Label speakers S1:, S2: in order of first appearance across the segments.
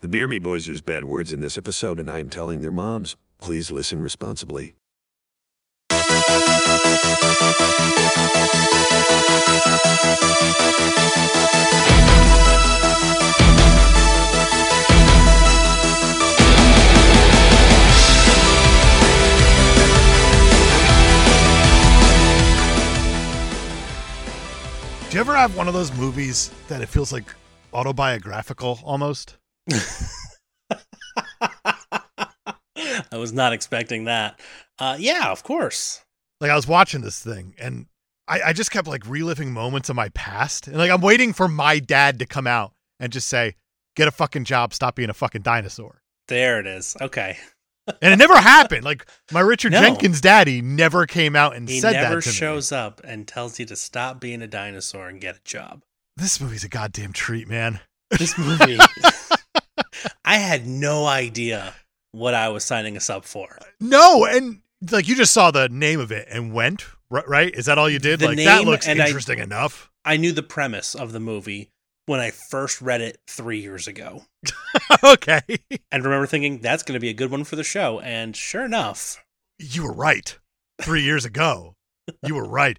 S1: The Beer Me Boys use bad words in this episode, and I am telling their moms, please listen responsibly.
S2: Do you ever have one of those movies that it feels like autobiographical almost?
S3: I was not expecting that. Uh, yeah, of course.
S2: Like I was watching this thing and I, I just kept like reliving moments of my past. And like I'm waiting for my dad to come out and just say, get a fucking job, stop being a fucking dinosaur.
S3: There it is. Okay.
S2: And it never happened. Like my Richard
S3: No.
S2: Jenkins daddy never came out and
S3: He
S2: said
S3: never
S2: that. To
S3: shows up and tells you to stop being a dinosaur and get a job.
S2: me. This movie's a goddamn treat, man.
S3: This movie, I had no idea what I was signing us up for.
S2: No, and like you just saw the name of it and went, ri- right? Is that all you did?
S3: The
S2: like that
S3: name
S2: looks
S3: and I-
S2: interesting enough.
S3: I knew the premise of the movie when I first read it three years ago.
S2: okay.
S3: And remember thinking, that's going to be a good one for the show. And sure enough,
S2: you were right. Three years ago, you were right.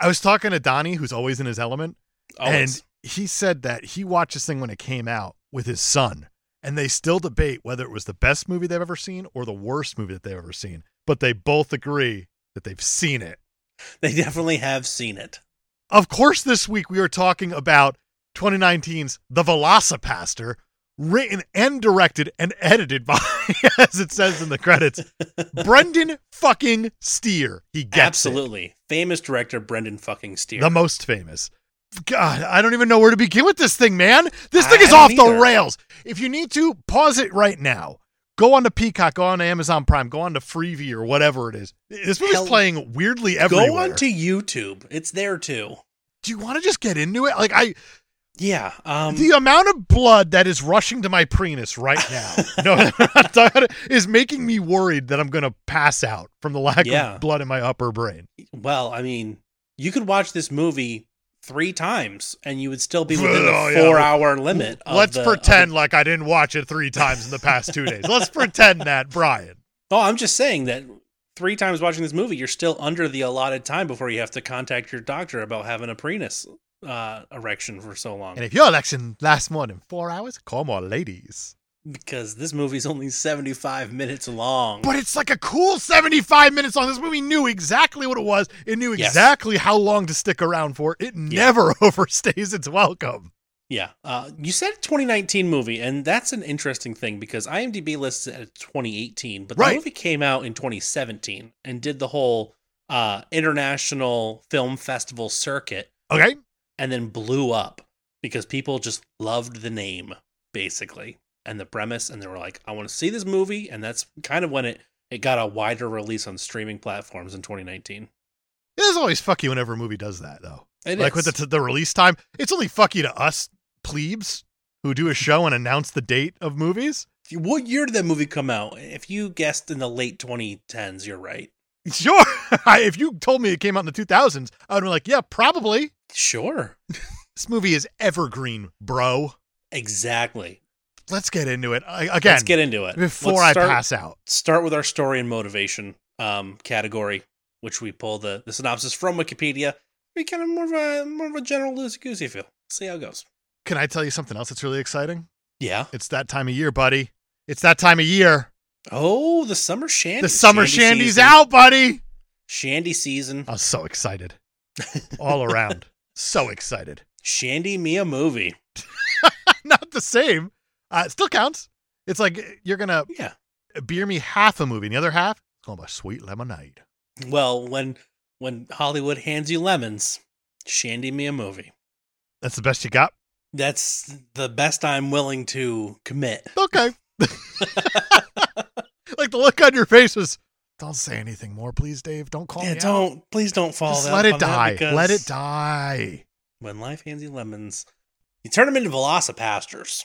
S2: I was talking to Donnie, who's always in his element,
S3: always.
S2: and he said that he watched this thing when it came out with his son, and they still debate whether it was the best movie they've ever seen or the worst movie that they've ever seen. But they both agree that they've seen it.
S3: they definitely have seen it.
S2: Of course, this week we are talking about 2019's The Velocipaster, written and directed and edited by, as it says in the credits, Brendan fucking Steer. He gets it.
S3: Absolutely. Famous director Brendan fucking Steer.
S2: The most famous. God, I don't even know where to begin with this thing, man. This thing
S3: I-
S2: is
S3: I
S2: off
S3: don't
S2: the
S3: either.
S2: rails. If you need to, pause it right now. Go on to Peacock, go on to Amazon Prime, go on to Freevee or whatever it is. This movie's
S3: Hell,
S2: playing weirdly everywhere.
S3: Go on to YouTube. It's there too.
S2: Do you want to just get into it? Like I
S3: Yeah. Um,
S2: the amount of blood that is rushing to my prenus right now no I'm not talking- is making me worried that i'm going to pass out from the lack
S3: Yeah.
S2: of blood in my upper brain
S3: well, I mean, you could watch this movie three times and you would still be within
S2: Oh,
S3: the
S2: yeah.
S3: four hour limit. Of
S2: let's
S3: the- of the-
S2: pretend like i didn't watch it three times in the past two days let's pretend that brian
S3: oh, I'm just saying that three times watching this movie, you're still under the allotted time before you have to contact your doctor about having a prenus uh, erection for so long.
S2: and if your election lasts more than four hours call more ladies
S3: because this movie's only 75 minutes long.
S2: but it's like a cool 75 minutes long this movie knew exactly what it was it knew
S3: Yes.
S2: exactly how long to stick around for it never overstays its welcome
S3: Yeah. Uh, you said 2019 movie, and that's an interesting thing because IMDb lists it at 2018, but
S2: Right.
S3: the movie came out in 2017 and did the whole uh, international film festival circuit
S2: okay
S3: and then blew up because people just loved the name, basically, and the premise. And they were like, I want to see this movie. And that's kind of when it, it got a wider release on streaming platforms in 2019.
S2: it is always fucky whenever a movie does that though
S3: It
S2: like
S3: is.
S2: with the, the release time, it's only fucky to us plebes who do a show and announce the date of movies.
S3: what year did that movie come out? If you guessed in the late 2010s, you're right.
S2: Sure, I, if you told me it came out in the 2000s, I would be like, yeah, probably.
S3: Sure.
S2: This movie is evergreen, bro.
S3: Exactly.
S2: Let's get into it I, again
S3: Let's get into it.
S2: before
S3: Let's
S2: I
S3: start,
S2: pass out.
S3: Start with our story and motivation um, category, which we pull the, the synopsis from Wikipedia. We kind of more of a more of a general loosey goosey feel. See how it goes.
S2: Can I tell you something else that's really exciting?
S3: Yeah.
S2: It's that time of year, buddy. It's that time of year.
S3: Oh, the summer shandy.
S2: the summer
S3: shandy
S2: shandy's
S3: season.
S2: out, buddy.
S3: Shandy season.
S2: I'm so excited, all around. so excited.
S3: Shandy me a movie.
S2: not the same. Uh, it still counts. It's like you're gonna
S3: Yeah.
S2: beer me half a movie, and the other half it's going by sweet lemonade.
S3: Well, when when Hollywood hands you lemons, shandy me a movie.
S2: That's the best you got.
S3: That's the best I'm willing to commit.
S2: Okay. like the look on your face was. Don't say anything more, please, Dave. Don't call
S3: Yeah,
S2: me out.
S3: don't please don't fall.
S2: Just
S3: out
S2: let it
S3: on that
S2: die.
S3: because-
S2: Let it die.
S3: When life hands you lemons, you turn them into velocipastors.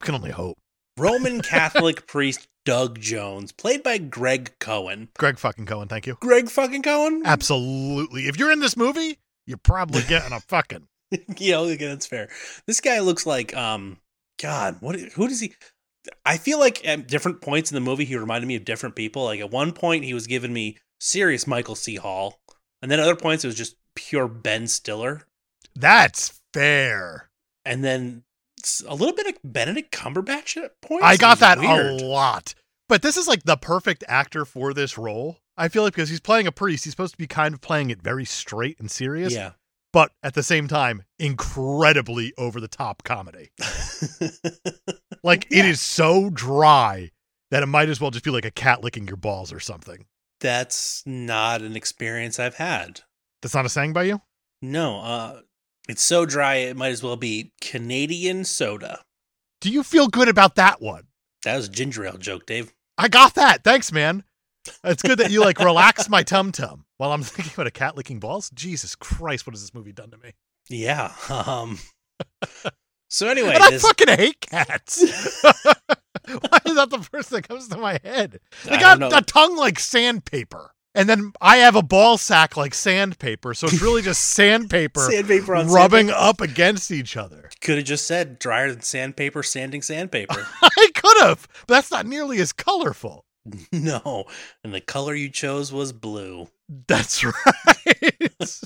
S2: Can only hope.
S3: Roman Catholic priest Doug Jones, played by Greg Cohen.
S2: Greg fucking Cohen, thank you.
S3: Greg fucking Cohen?
S2: Absolutely. If you're in this movie, you're probably getting a fucking.
S3: yeah, okay, that's fair. This guy looks like um God, what who does he I feel like at different points in the movie, he reminded me of different people. Like at one point, he was giving me serious Michael C. Hall, and then other points, it was just pure Ben Stiller,
S2: That's fair.
S3: and then s- a little bit of Benedict Cumberbatch at points.
S2: I
S3: It
S2: got
S3: was
S2: that
S3: weird.
S2: a lot. But this is like the perfect actor for this role. I feel like because he's playing a priest, he's supposed to be kind of playing it very straight and serious,
S3: Yeah,
S2: but at the same time, incredibly over the top comedy. Like
S3: Yeah.
S2: it is so dry that it might as well just be like a cat licking your balls or something.
S3: that's not an experience I've had.
S2: That's not a saying by you?
S3: No, uh, it's so dry it might as well be Canadian soda.
S2: Do you feel good about that one?
S3: That was a ginger ale joke, Dave.
S2: I got that. Thanks, man. It's good that you like relax my tum tum while I'm thinking about a cat licking balls. Jesus Christ, what has this movie done to me?
S3: Yeah. Um. so anyway,
S2: and I
S3: this,
S2: fucking hate cats. Why is that the first thing that comes to my head? They
S3: I
S2: got
S3: don't know.
S2: a tongue like sandpaper. And then I have a ball sack like sandpaper. So it's really just sandpaper
S3: sandpaper on
S2: rubbing up against each other.
S3: Could have just said drier than sandpaper, sanding sandpaper.
S2: I could have, but that's not nearly as colorful.
S3: no, and the color you chose was blue.
S2: That's right.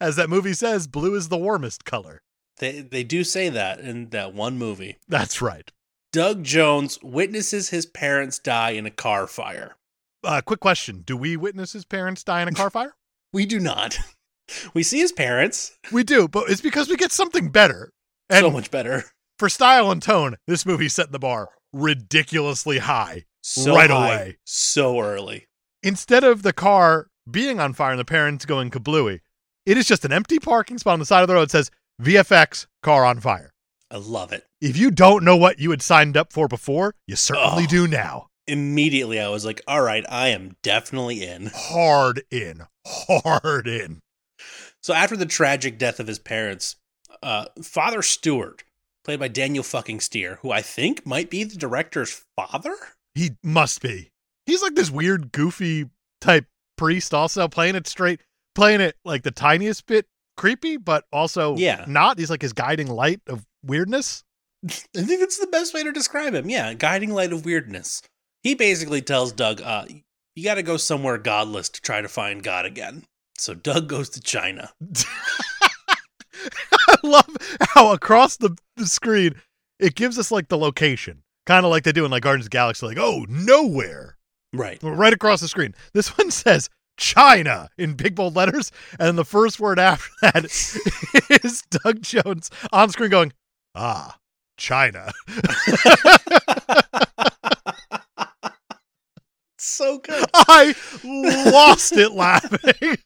S2: As that movie says, blue is the warmest color.
S3: They they do say that in that one movie.
S2: That's right.
S3: Doug Jones witnesses his parents die in a car fire.
S2: Uh, quick question Do we witness his parents die in a car fire?
S3: We do not. We see his parents.
S2: we do, but it's because we get something better. And
S3: so much better.
S2: for style and tone, this movie set the bar ridiculously high.
S3: So
S2: right
S3: high,
S2: away.
S3: So early.
S2: Instead of the car being on fire and the parents going kablooey, it is just an empty parking spot on the side of the road that says VFX car on fire.
S3: I love it.
S2: If you don't know what you had signed up for before, you certainly
S3: Oh.
S2: do now.
S3: Immediately, I was like, all right, I am definitely in.
S2: Hard in. Hard in.
S3: So after the tragic death of his parents, uh, Father Stewart, played by Daniel fucking Steer, who I think might be the director's father.
S2: He must be. He's like this weird, goofy type priest, also playing it straight, playing it like the tiniest bit creepy, but also
S3: Yeah.
S2: not. He's like his guiding light of weirdness.
S3: I think that's the best way to describe him. Yeah, guiding light of weirdness. He basically tells Doug, uh, you got to go somewhere godless to try to find God again. So Doug goes to China.
S2: I love how across the, the screen it gives us like the location, kind of like they do in like Guardians of the Galaxy, like, oh, nowhere.
S3: Right.
S2: right across the screen. This one says China in big bold letters, and the first word after that is Doug Jones on screen going, "Ah, China."
S3: so good.
S2: I lost it laughing.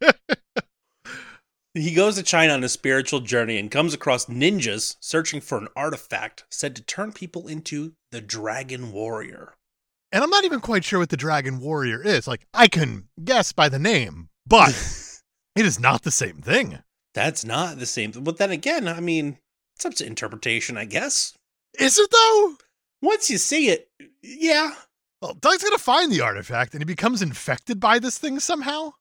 S3: He goes to China on a spiritual journey and comes across ninjas searching for an artifact said to turn people into the Dragon Warrior.
S2: and I'm not even quite sure what the Dragon Warrior is. Like, I can guess by the name, but it is not the same thing.
S3: That's not the same. But then again, I mean, it's up to interpretation, I guess.
S2: Is it though?
S3: Once you see it, yeah.
S2: Well, Doug's gonna find the artifact, and he becomes infected by this thing somehow,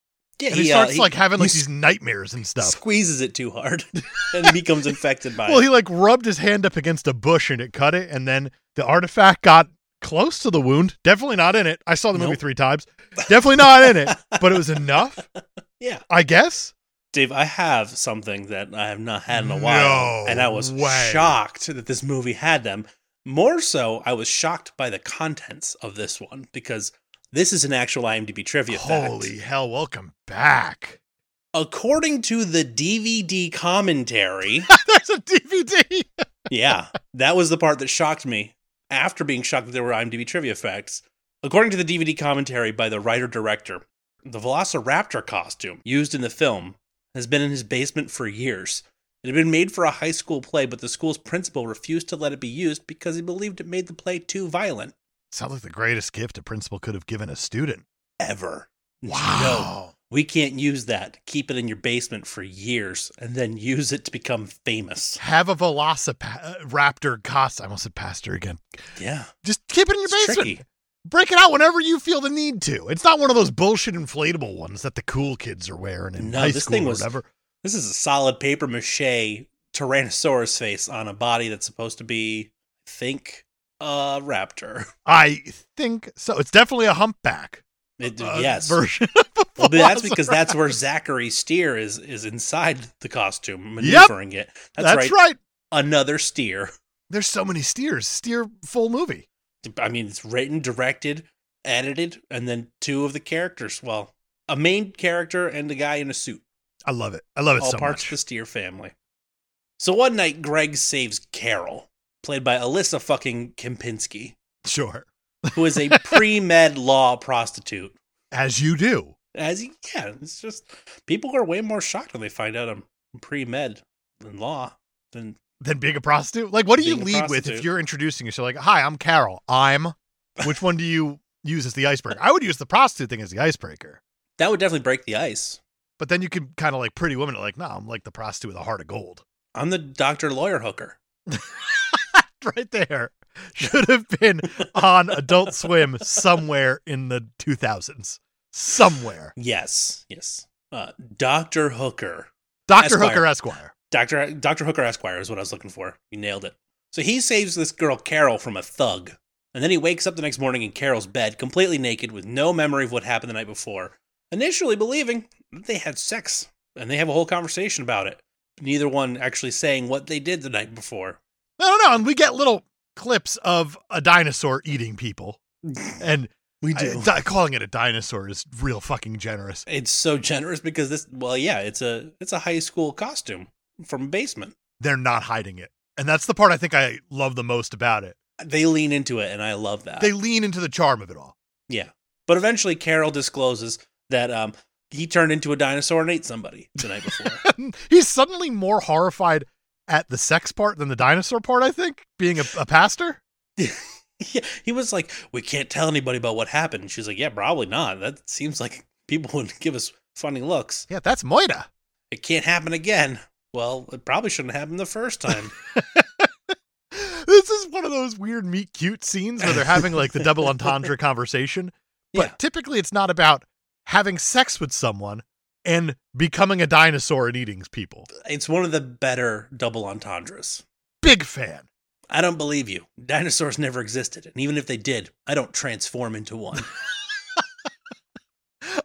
S3: Yeah,
S2: and he,
S3: uh,
S2: starts like having
S3: he
S2: like
S3: s-
S2: these nightmares and stuff.
S3: squeezes it too hard and becomes infected by
S2: Well,
S3: it.
S2: he like rubbed his hand up against a bush and it cut it, and then the artifact got close to the wound. Definitely not in it. I saw the movie
S3: Nope.
S2: three times. Definitely not in it, but it was enough,
S3: Yeah.
S2: I guess.
S3: Dave, I have something that I have not had in a while.
S2: No
S3: and I was
S2: way.
S3: shocked that this movie had them. More so, I was shocked by the contents of this one because this is an actual IMDb trivia
S2: Holy
S3: fact.
S2: hell! Welcome back.
S3: According to the DVD commentary,
S2: There's a DVD.
S3: yeah, that was the part that shocked me after being shocked that there were IMDb trivia facts. According to the DVD commentary by the writer director, the Velociraptor costume used in the film has been in his basement for years. It had been made for a high school play, but the school's principal refused to let it be used because he believed it made the play too violent.
S2: Sounds like the greatest gift a principal could have given a student.
S3: Ever. No,
S2: Wow.
S3: we can't use that. Keep it in your basement for years and then use it to become famous.
S2: Have a velociraptor costume. I almost said pastor again.
S3: Yeah.
S2: Just keep it in your
S3: It's
S2: basement.
S3: tricky.
S2: Break it out whenever you feel the need to. It's not one of those bullshit inflatable ones that the cool kids are wearing in
S3: No,
S2: high
S3: this
S2: school
S3: thing
S2: or
S3: was-
S2: whatever.
S3: This is a solid paper mache Tyrannosaurus face on a body that's supposed to be, I think, a raptor.
S2: I think so. It's definitely a humpback.
S3: It-
S2: uh,
S3: yes.
S2: Version. Of a
S3: Well, but that's because
S2: velociraptor.
S3: that's where Zachary Steer is is inside the costume maneuvering it. That's,
S2: That's,
S3: right.
S2: right.
S3: Another steer.
S2: There's so many steers. Steer full movie.
S3: I mean, it's written, directed, edited, and then two of the characters. Well, a main character and a guy in a suit.
S2: I love it. I love it
S3: all
S2: so
S3: parts of
S2: much.
S3: the Steer family. So one night, Greg saves Carol, played by Alyssa fucking Kempinski,
S2: Sure.
S3: who is a pre med law prostitute.
S2: As you do.
S3: As he, yeah, it's just people are way more shocked when they find out I'm pre med than law than
S2: Than being a prostitute. Like, what do you
S3: Being a
S2: lead with if
S3: prostitute.
S2: you're introducing yourself? Like, hi, I'm Carol. I'm. Which one do you use as the icebreaker? I would use the prostitute thing as the icebreaker.
S3: that would definitely break the ice.
S2: But then you can kind of like pretty women are like, no, I'm like the prostitute with a heart of gold.
S3: I'm the doctor lawyer hooker.
S2: Right there. Should have been on Adult Swim somewhere in the 2000s. Somewhere.
S3: Yes, yes. Uh, Doctor Hooker.
S2: Dr.
S3: Esquire.
S2: Hooker Esquire.
S3: Doctor Doctor Hooker Esquire is what I was looking for. You nailed it. So he saves this girl Carol from a thug, and then he wakes up the next morning in Carol's bed, completely naked, with no memory of what happened the night before. Initially believing that they had sex, and they have a whole conversation about it. Neither one actually saying what they did the night before.
S2: No, no, no. And we get little clips of a dinosaur eating people. And
S3: We
S2: I- di- calling it a dinosaur is real fucking generous.
S3: It's so generous because this. Well, yeah, it's a it's a high school costume from a basement.
S2: They're not hiding it. And that's the part I think I love the most about it.
S3: They lean into it, and I love that.
S2: They lean into the charm of it all.
S3: Yeah. But eventually Carol discloses that um he turned into a dinosaur and ate somebody the night before.
S2: He's suddenly more horrified at the sex part than the dinosaur part, I think, being a, a pastor.
S3: yeah, he was like, "We can't tell anybody about what happened." And she's like, "Yeah, probably not. That seems like people would give us funny looks.
S2: Yeah, that's Moira.
S3: It can't happen again." Well, it probably shouldn't happen the first time.
S2: This is one of those weird meet cute scenes where they're having like the double entendre conversation. But
S3: Yeah.
S2: typically it's not about having sex with someone and becoming a dinosaur and eating people.
S3: it's one of the better double entendres.
S2: Big fan.
S3: I don't believe you. Dinosaurs never existed, and even if they did, I don't transform into one.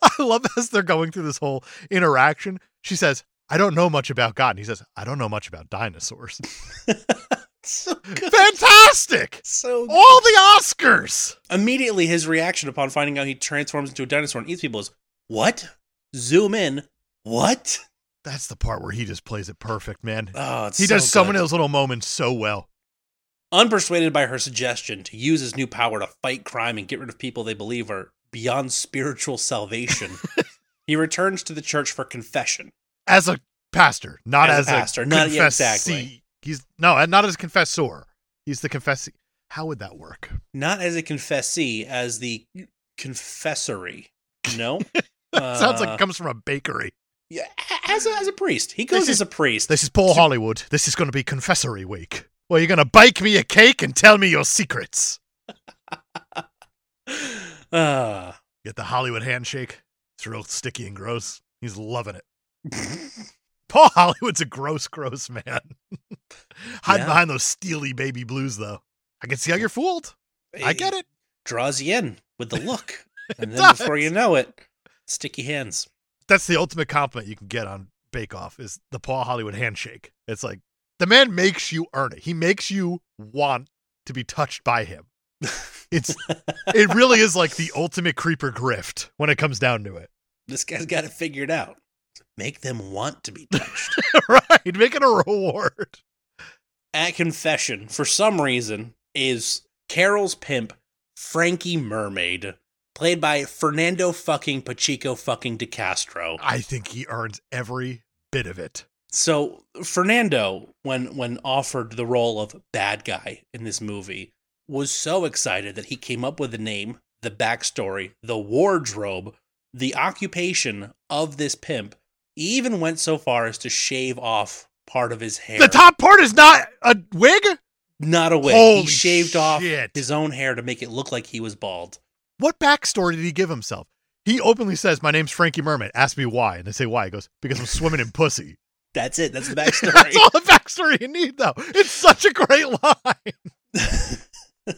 S2: I love as they're going through this whole interaction. She says, I don't know much about God. And he says, I don't know much about dinosaurs.
S3: so good.
S2: Fantastic!
S3: So good.
S2: All the Oscars!
S3: immediately his reaction upon finding out he transforms into a dinosaur and eats people is what zoom in what
S2: That's the part where he just plays it perfect, man.
S3: oh it's
S2: He does so
S3: good.
S2: many of those little moments so well.
S3: unpersuaded by her suggestion to use his new power to fight crime and get rid of people they believe are beyond spiritual salvation he returns to the church for confession
S2: As a pastor, not as,
S3: As a pastor, not- yeah, exactly.
S2: He's no, not as a confessor. He's the confessee. How would that work?
S3: not as a confessee as the confessory no
S2: Sounds like
S3: Uh,
S2: it comes from a bakery.
S3: yeah, as a, as a priest he goes
S2: This is-
S3: as a priest
S2: This is Paul Hollywood. This is going to be Confessory Week. Well, you're going to bake me a cake and tell me your secrets.
S3: Ah.
S2: Get the Hollywood handshake. It's real sticky and gross. He's loving it. Paul Hollywood's a gross, gross man. Hide
S3: Yeah.
S2: behind those steely baby blues, though. I can see how you're fooled.
S3: Eh,
S2: I get it.
S3: draws you in with the look. And then
S2: does.
S3: before you know it, sticky hands.
S2: That's the ultimate compliment you can get on Bake Off is the Paul Hollywood handshake. It's like the man makes you earn it. He makes you want to be touched by him. It's it really is like the ultimate creeper grift when it comes down to it.
S3: This guy's got it figured out. Make them want to be touched.
S2: right. Make it a reward.
S3: At confession, for some reason, is Carol's pimp, Frankie Mermaid, played by Fernando fucking Pachico fucking DeCastro.
S2: I think he earns every bit of it.
S3: So Fernando, when when offered the role of bad guy in this movie, was so excited that he came up with the name, the backstory, the wardrobe, the occupation of this pimp. He even went so far as to shave off part of his hair.
S2: The top part is not a wig?
S3: not a wig.
S2: Holy
S3: he shaved off
S2: shit.
S3: his own hair to make it look like he was bald.
S2: What backstory did he give himself? He openly says, My name's Frankie Merman. Ask me why. And they say, Why? He goes, Because I'm swimming in pussy.
S3: That's it. That's the
S2: That's
S3: backstory.
S2: all the backstory you need, though. It's such a great line.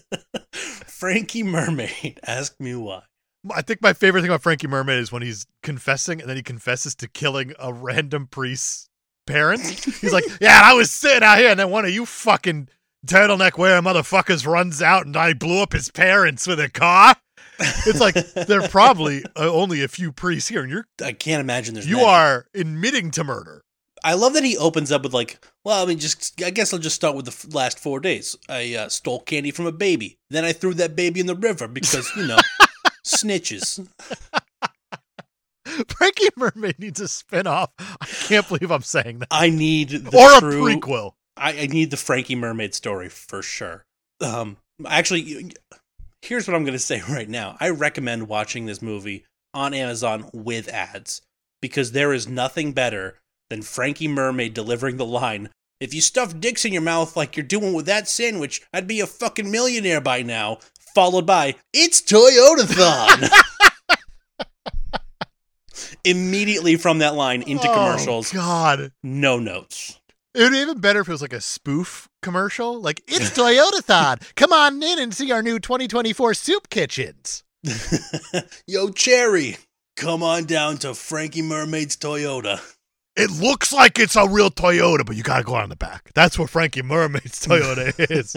S3: Frankie Mermaid, ask me why.
S2: I think my favorite thing about Frankie Mermaid is when he's confessing and then he confesses to killing a random priest's parents. He's like, Yeah, I was sitting out here and then one of you fucking turtleneck wearing motherfuckers runs out and I blew up his parents with a car. It's like there are probably uh, only a few priests here and you're
S3: I can't imagine there's
S2: you
S3: many.
S2: are admitting to murder.
S3: I love that he opens up with like, well, I mean, just I guess I'll just start with the f- last four days. I uh, stole candy from a baby, then I threw that baby in the river because you know, snitches.
S2: Frankie Mermaid needs a spin-off. I can't believe I'm saying that.
S3: I need the
S2: or a
S3: true-
S2: prequel.
S3: I, I need the Frankie Mermaid story for sure. Um, actually, you- here's what I'm going to say right now. I recommend watching this movie on Amazon with ads because there is nothing better than Frankie Mermaid delivering the line. If you stuffed dicks in your mouth like you're doing with that sandwich, I'd be a fucking millionaire by now. Followed by, it's Toyotathon. Immediately from that line into
S2: Oh,
S3: commercials,
S2: God.
S3: no notes.
S2: It would be even better if it was like a spoof commercial. Like, it's Toyotathon. Come on in and see our new 2024 soup kitchens.
S3: Yo, Cherry, come on down to Frankie Mermaid's Toyota.
S2: It looks like it's a real Toyota, but you gotta go on the back. That's what Frankie Mermaid's Toyota is.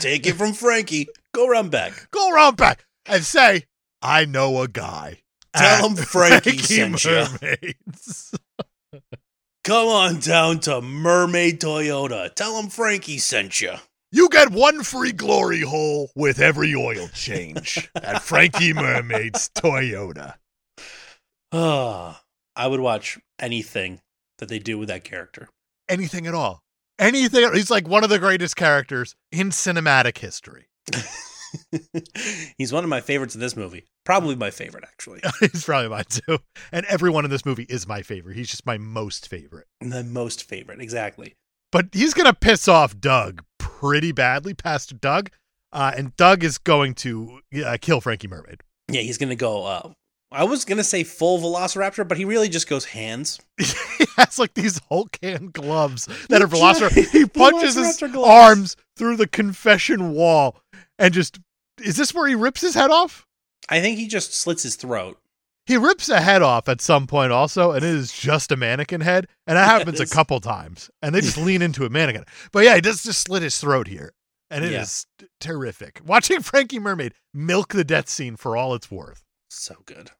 S3: Take it from Frankie. Go run back.
S2: go around back and say, I know a guy.
S3: Tell
S2: at
S3: him Frankie, sent you.
S2: Mermaids.
S3: Come on down to Mermaid Toyota. Tell him Frankie sent you.
S2: You get one free glory hole with every oil change at Frankie Mermaid's Toyota.
S3: Ah, I would watch anything that they do with that character.
S2: anything at all. Anything. He's like one of the greatest characters in cinematic history.
S3: He's one of my favorites in this movie. Probably my favorite, actually.
S2: he's probably mine too. And everyone in this movie is my favorite. He's just my most favorite.
S3: the most favorite, exactly.
S2: But he's going to piss off Doug pretty badly, Pastor Doug. Uh, and Doug is going to uh, kill Frankie Mermaid.
S3: Yeah, he's going to go, uh, I was going to say full Velociraptor, but he really just goes hands.
S2: he has like these Hulk hand gloves that are velociraptor.
S3: Giant
S2: He punches his
S3: Velociraptor gloves.
S2: arms through the confession wall and just. Is this where he rips his head off?
S3: I think he just slits his throat.
S2: He rips a head off at some point also, and it is just a mannequin head. And that
S3: Yeah, it
S2: happens a
S3: is.
S2: couple times. And they just lean into a mannequin. But yeah, he does just slit his throat here. And it is
S3: Yeah.
S2: terrific. Watching Frankie Mermaid milk the death scene for all it's worth.
S3: So good.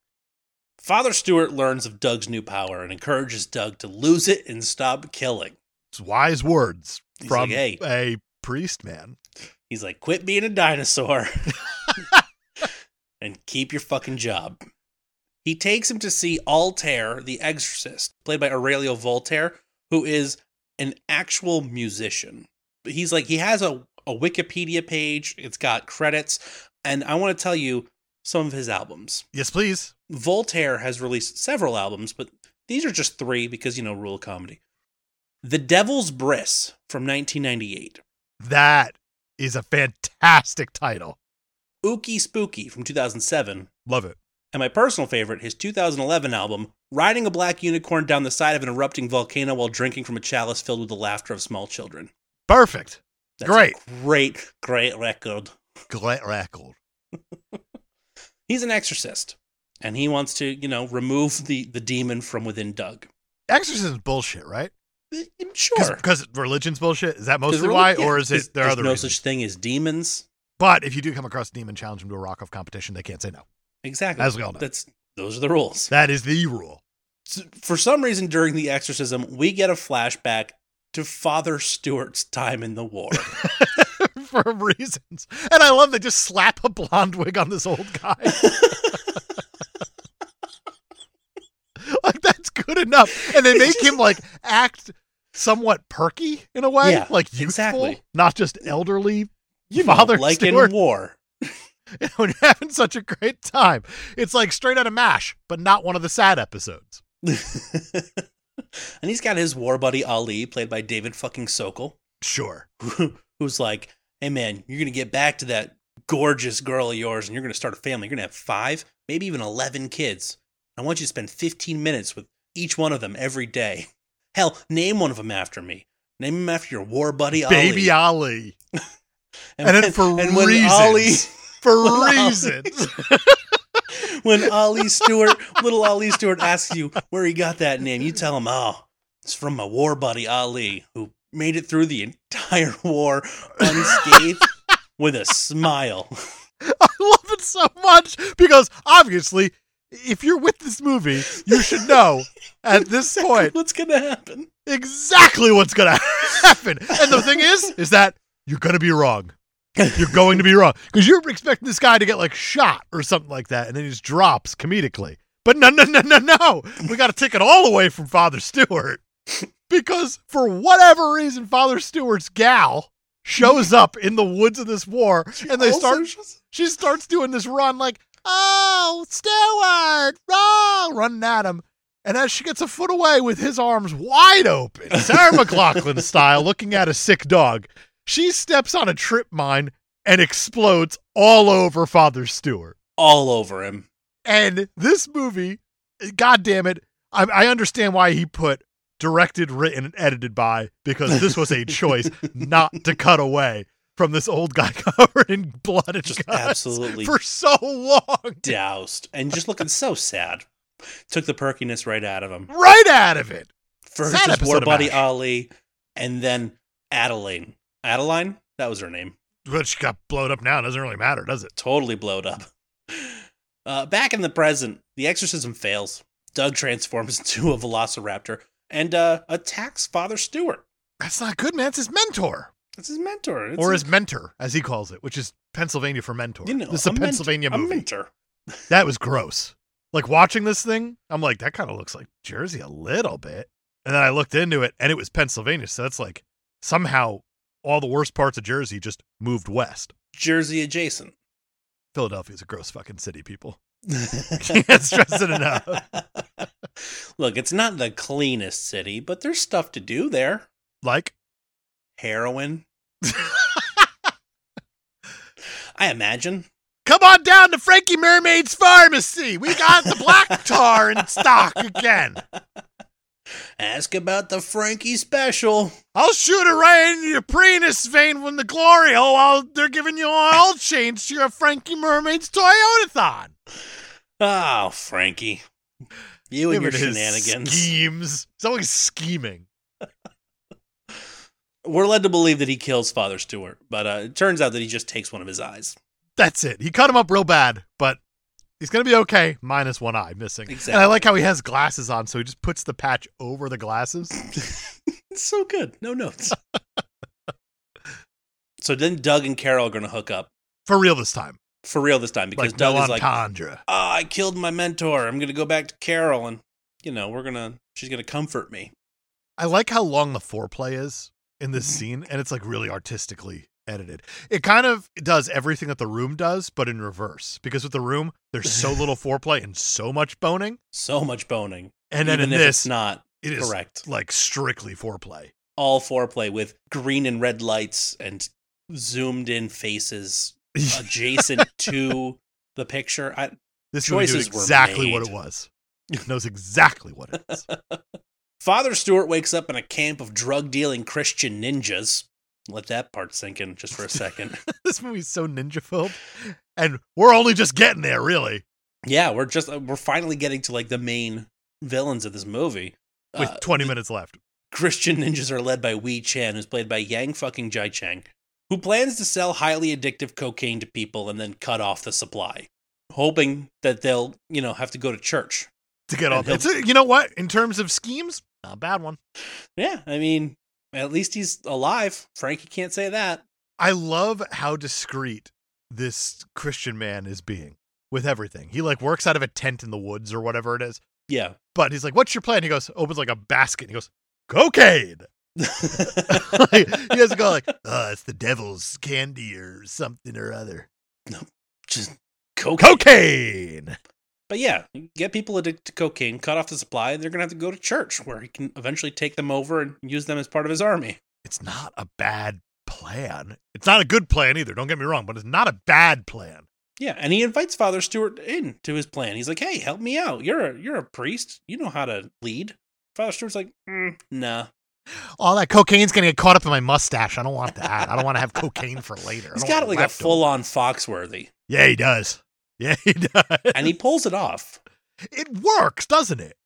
S3: Father Stewart learns of Doug's new power and encourages Doug to lose it and stop killing.
S2: It's wise words
S3: He's
S2: from
S3: like, "Hey."
S2: a priest man.
S3: He's like, quit being a dinosaur and keep your fucking job. He takes him to see Altair, the exorcist, played by Aurelio Voltaire, who is an actual musician. He's like, he has a, a Wikipedia page, it's got credits, and I want to tell you some of his albums.
S2: Yes, please.
S3: Voltaire has released several albums, but these are just three because, you know, rule of comedy. The Devil's Briss from 1998,
S2: That is a fantastic title.
S3: Ookie Spooky from 2007,
S2: Love it.
S3: and my personal favorite, his 2011 album, Riding a Black Unicorn Down the Side of an Erupting Volcano While Drinking from a Chalice Filled with the Laughter of Small Children.
S2: Perfect.
S3: That's a
S2: Great.
S3: great, great record.
S2: Gla- rackled.
S3: He's an exorcist, and he wants to, you know, remove the, the demon from within Doug.
S2: Exorcism's bullshit, right?
S3: Eh, Sure.
S2: Because religion's bullshit. Is that
S3: There's
S2: mostly
S3: really-
S2: why?
S3: yeah,
S2: or is
S3: there's-
S2: it there are
S3: there's
S2: other
S3: no
S2: reasons?
S3: such thing as demons?
S2: But if you do come across a demon, challenge them to a rock off competition. They can't say no.
S3: Exactly.
S2: As we all know.
S3: That's those are the rules.
S2: That is the rule.
S3: S- For some reason, during the exorcism, we get a flashback to Father Stewart's time in the war.
S2: For reasons. And I love they just slap a blonde wig on this old guy. like that's good enough. And they make him like act somewhat perky in a way.
S3: Yeah,
S2: like youthful.
S3: exactly.
S2: Not just elderly father
S3: like
S2: Stewart.
S3: in war.
S2: when you're having such a great time. It's like straight out of MASH, but not one of the sad episodes.
S3: and he's got his war buddy Ali, played by David fucking Sokol,
S2: Sure.
S3: who's like, "Hey man, you're gonna get back to that gorgeous girl of yours, and you're gonna start a family. You're gonna have five, maybe even eleven kids. I want you to spend 15 minutes with each one of them every day. Hell, name one of them after me. Name him after your war buddy, Ali.
S2: Baby Ali. And then for reasons. for reasons.
S3: Ollie, when Ollie Stewart, little Ollie Stewart asks you where he got that name, you tell him, oh, it's from my war buddy Ali, who made it through the entire war unscathed with a smile.
S2: I love it so much because obviously, if you're with this movie, you should know at this point
S3: What's going to happen?
S2: exactly what's going to happen. And the thing is, is that you're going to be wrong. You're going to be wrong because you're expecting this guy to get like shot or something like that, and then he just drops comedically. But no, no, no, no, no. We got to take it all away from Father Stewart because for whatever reason, Father Stewart's gal shows up in the woods of this war, and they
S3: Also,
S2: start
S3: she's-
S2: she starts doing this run like, oh, Stewart, oh, running at him. And as she gets a foot away with his arms wide open, Sarah McLaughlin style, looking at a sick dog, she steps on a trip mine and explodes all over Father Stewart.
S3: all over him.
S2: And this movie, God damn it, I, I understand why he put directed, written, and edited by because this was a choice not to cut away from this old guy covered in blood and
S3: Just
S2: guts
S3: absolutely
S2: for so long,
S3: doused and just looking so sad. Took the perkiness right out of him.
S2: right out of it.
S3: First
S2: Sad
S3: is
S2: episode
S3: War
S2: of
S3: Buddy
S2: MASH.
S3: Ali, and then Adeline. Adeline? That was her name.
S2: Which got blown up now doesn't really matter, does it?
S3: Totally blowed up. Uh, back in the present, the exorcism fails. Doug transforms into a velociraptor and uh, attacks Father Stewart.
S2: That's not good, man. It's his mentor,
S3: That's his mentor. It's
S2: or
S3: a-
S2: his mentor, as he calls it, which is Pennsylvania for mentor.
S3: you know,
S2: this is a,
S3: mentor-
S2: Pennsylvania
S3: a
S2: movie.
S3: mentor.
S2: That was gross. Like watching this thing, I'm like, that kind of looks like Jersey a little bit. And then I looked into it, and it was Pennsylvania. So that's like somehow all the worst parts of Jersey just moved west.
S3: Jersey adjacent.
S2: Philadelphia's a gross fucking city, people. Can't stress it enough.
S3: Look, it's not the cleanest city, but there's stuff to do there.
S2: Like,
S3: Heroin. I imagine.
S2: come on down to Frankie Mermaid's Pharmacy. We got the black tar in stock again.
S3: Ask about the Frankie special.
S2: I'll shoot it right into your penis vein from the glory hole while they're giving you an oil change to your Frankie Mermaid's Toyotathon.
S3: Oh, Frankie. You and
S2: Him
S3: your
S2: and his
S3: shenanigans.
S2: Schemes. He's always scheming.
S3: We're led to believe that he kills Father Stewart, but uh, it turns out that he just takes one of his eyes.
S2: That's it. He cut him up real bad, but he's gonna be okay. Minus one eye missing. And I
S3: Exactly.
S2: like how he has glasses on, so he just puts the patch over the glasses.
S3: It's so good. No notes. so then Doug and Carol are going to hook up
S2: For real this time.
S3: for real this time because
S2: like
S3: Doug
S2: no
S3: is like,
S2: entendre.
S3: oh, I killed my mentor. I'm going to go back to Carol and, you know, we're going to, she's going to comfort me.
S2: I like how long the foreplay is in this
S3: Mm-hmm.
S2: scene, and it's like really artistically edited. It kind of does everything that the room does, but in reverse. Because with the room, there's so little foreplay and so much boning.
S3: So much boning.
S2: And then
S3: Even
S2: in
S3: if
S2: this,
S3: it's not
S2: it is
S3: correct.
S2: like strictly foreplay.
S3: All foreplay with green and red lights and zoomed in faces adjacent to the picture. I,
S2: This movie knew
S3: Choices were
S2: exactly what
S3: made.
S2: it was. It knows exactly what it is.
S3: Father Stewart wakes up in a camp of drug dealing Christian ninjas. Let that part sink in just for a second.
S2: this movie's so ninja filled, and we're only just getting there, really,
S3: yeah, we're just uh, we're finally getting to like the main villains of this movie.
S2: with
S3: Uh,
S2: 20 minutes left.
S3: Christian ninjas are led by Wei Chan, who's played by Yang fucking Jai Chang, who plans to sell highly addictive cocaine to people and then cut off the supply, hoping that they'll, you know, have to go to church.
S2: To get
S3: and
S2: all
S3: he'll-
S2: it's a, you know what? In terms of schemes, not a bad one.
S3: Yeah, I mean, at least he's alive. Frankie can't say that.
S2: I love how discreet this Christian man is being with everything. He like works out of a tent in the woods or whatever it is,
S3: Yeah.
S2: but he's like, "What's your plan?" He goes, opens like a basket. And he goes, "Cocaine." like, he doesn't go like, "Oh, it's the devil's candy or something or other."
S3: Just cocaine.
S2: Cocaine.
S3: But yeah, get people addicted to cocaine, cut off the supply, they're going to have to go to church where he can eventually take them over and use them as part of his army.
S2: it's not a bad plan. It's not a good plan either. Don't get me wrong, but it's not a bad plan.
S3: Yeah, and he invites Father Stewart in to his plan. He's like, "Hey, help me out. You're a you're a priest. You know how to lead." Father Stewart's like, mm, "Nah,
S2: All that cocaine's gonna get caught up in my mustache. I don't want that. I don't want to have cocaine for later. I
S3: He's
S2: don't
S3: got
S2: want
S3: like a
S2: leftover-
S3: full on Foxworthy,
S2: Yeah, he does. Yeah, he does.
S3: and he pulls it off.
S2: It works, doesn't it?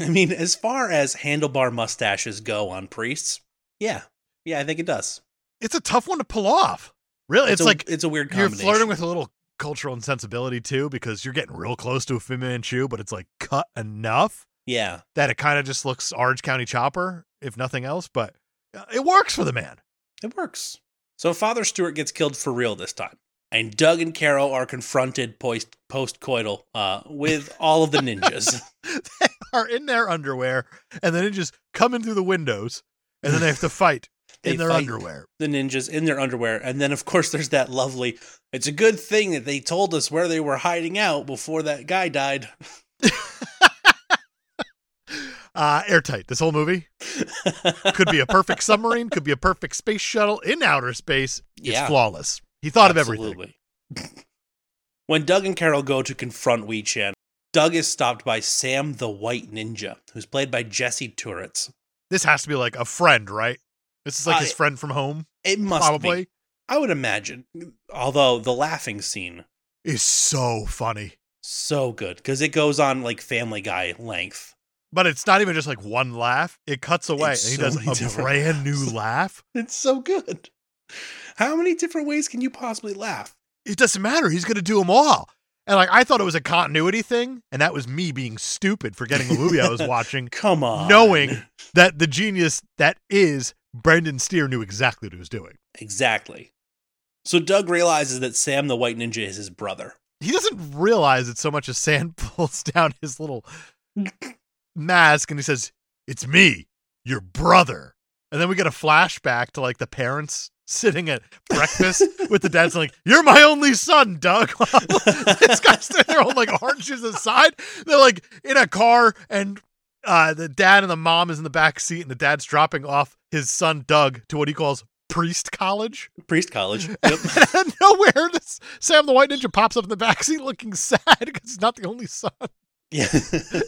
S3: I mean, as far as handlebar mustaches go on priests, yeah, yeah, I think it does.
S2: It's a tough one to pull off. Really, it's,
S3: a,
S2: like
S3: it's a weird
S2: you're
S3: combination.
S2: flirting with a little cultural insensibility too, because you're getting real close to a Fu Manchu, but it's like cut enough
S3: yeah,
S2: that it kind of just looks Orange County Chopper, if nothing else. But uh, it works for the man.
S3: it works. So Father Stewart gets killed for real this time, and Doug and Carol are confronted post coital uh, with all of the ninjas.
S2: they are in their underwear, and then it just come in through the windows, and then they have to fight
S3: They
S2: in their
S3: fight.
S2: underwear.
S3: the ninjas in their underwear. And then, of course, there's that lovely, it's a good thing that they told us where they were hiding out before that guy died.
S2: Uh, airtight. This whole movie could be a perfect submarine, could be a perfect space shuttle in outer space. It's
S3: Yeah.
S2: flawless. He thought of everything.
S3: Absolutely. when Doug and Carol go to confront Wei Chen, Doug is stopped by Sam the White Ninja, who's played by Jesse Turrets.
S2: This has to be like a friend, right? This is like
S3: Uh,
S2: his friend from home,
S3: It must
S2: probably.
S3: be. I would imagine. Although the laughing scene,
S2: Is so funny.
S3: so good because it goes on like Family Guy length.
S2: But it's not even just like one laugh. It cuts away
S3: It's
S2: and he
S3: so
S2: does
S3: many
S2: a
S3: different
S2: brand
S3: laughs.
S2: new laugh.
S3: It's so good. How many different ways can you possibly laugh?
S2: It doesn't matter. He's going to do them all. And like I thought it was a continuity thing, and that was me being stupid forgetting the movie I was watching.
S3: Come on.
S2: Knowing that the genius that is Brendan Steer knew exactly what he was doing.
S3: Exactly. So Doug realizes that Sam the White Ninja is his brother.
S2: He doesn't realize it so much as Sand pulls down his little mask and he says, "It's me, your brother." And then we get a flashback to like the parents sitting at breakfast with the dad's like, "You're my only son, Doug." this guy's standing there holding like oranges aside. They're like in a car, and uh, the dad and the mom is in the back seat, and the dad's dropping off his son Doug to what he calls priest college.
S3: Priest College. Yep.
S2: And out of nowhere, this Sam the White Ninja pops up in the back seat looking sad because he's not the only son.
S3: yeah.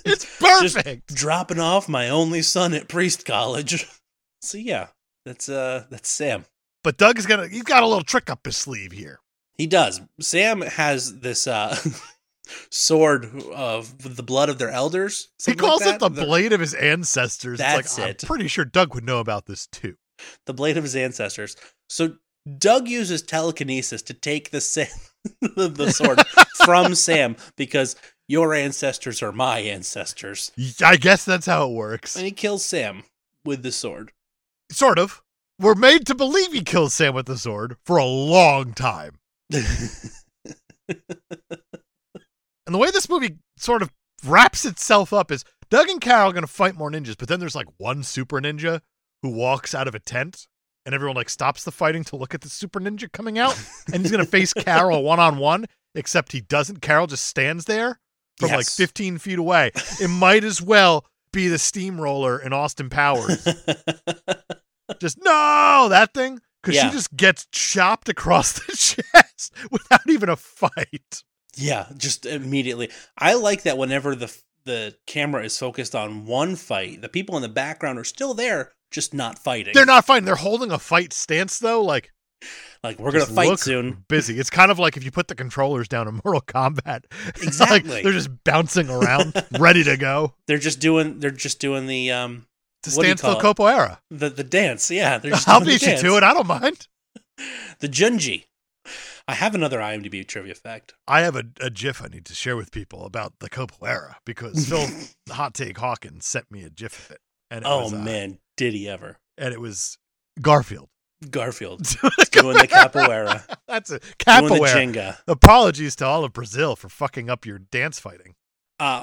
S2: It's perfect.
S3: Dropping off my only son at Priest College. So yeah, that's uh that's Sam.
S2: But Doug's gonna he's got a little trick up his sleeve here.
S3: He does. Sam has this uh sword of with the blood of their elders.
S2: He
S3: something like
S2: calls
S3: that.
S2: it the blade of his ancestors.
S3: That's
S2: it's like
S3: it.
S2: I'm pretty sure Doug would know about this too.
S3: the blade of his ancestors. So Doug uses telekinesis to take the Sam, the, the sword from Sam because your ancestors are my ancestors,
S2: I guess that's how it works.
S3: and he kills Sam with the sword.
S2: Sort of. We're made to believe he kills Sam with the sword for a long time. And the way this movie sort of wraps itself up is Doug and Carol are going to fight more ninjas, but then there's like one super ninja who walks out of a tent and everyone like stops the fighting to look at the super ninja coming out and he's going to face Carol one on one, except he doesn't. Carol just stands there from like
S3: Yes.
S2: 15 feet away. It might as well be the steamroller in Austin Powers. just no, that thing. Because
S3: Yeah.
S2: she just gets chopped across the chest without even a fight.
S3: yeah, just immediately. I like that whenever the the camera is focused on one fight, the people in the background are still there, just not fighting.
S2: They're not fighting. They're holding a fight stance though. Like,
S3: like we're gonna
S2: Just
S3: fight
S2: look
S3: soon.
S2: busy. It's kind of like if you put the controllers down in Mortal Kombat. It's like
S3: Exactly.
S2: they're just bouncing around, ready to go.
S3: They're just doing. They're just doing the um
S2: To
S3: What do you
S2: stand still
S3: call
S2: capoeira.
S3: the the dance. Yeah, they're just
S2: I'll
S3: doing the
S2: beat you
S3: dance.
S2: to it. I don't mind.
S3: The Junji. I have another IMDb trivia fact.
S2: I have a, a GIF I need to share with people about the capoeira because Phil Hot Take Hawkins sent me a GIF of it, and it
S3: oh
S2: was, uh,
S3: man, did he ever?
S2: and it was Garfield
S3: Garfield doing the capoeira,
S2: That's a
S3: doing the
S2: capoeira.
S3: jenga.
S2: Apologies to all of Brazil for fucking up your dance fighting.
S3: Uh,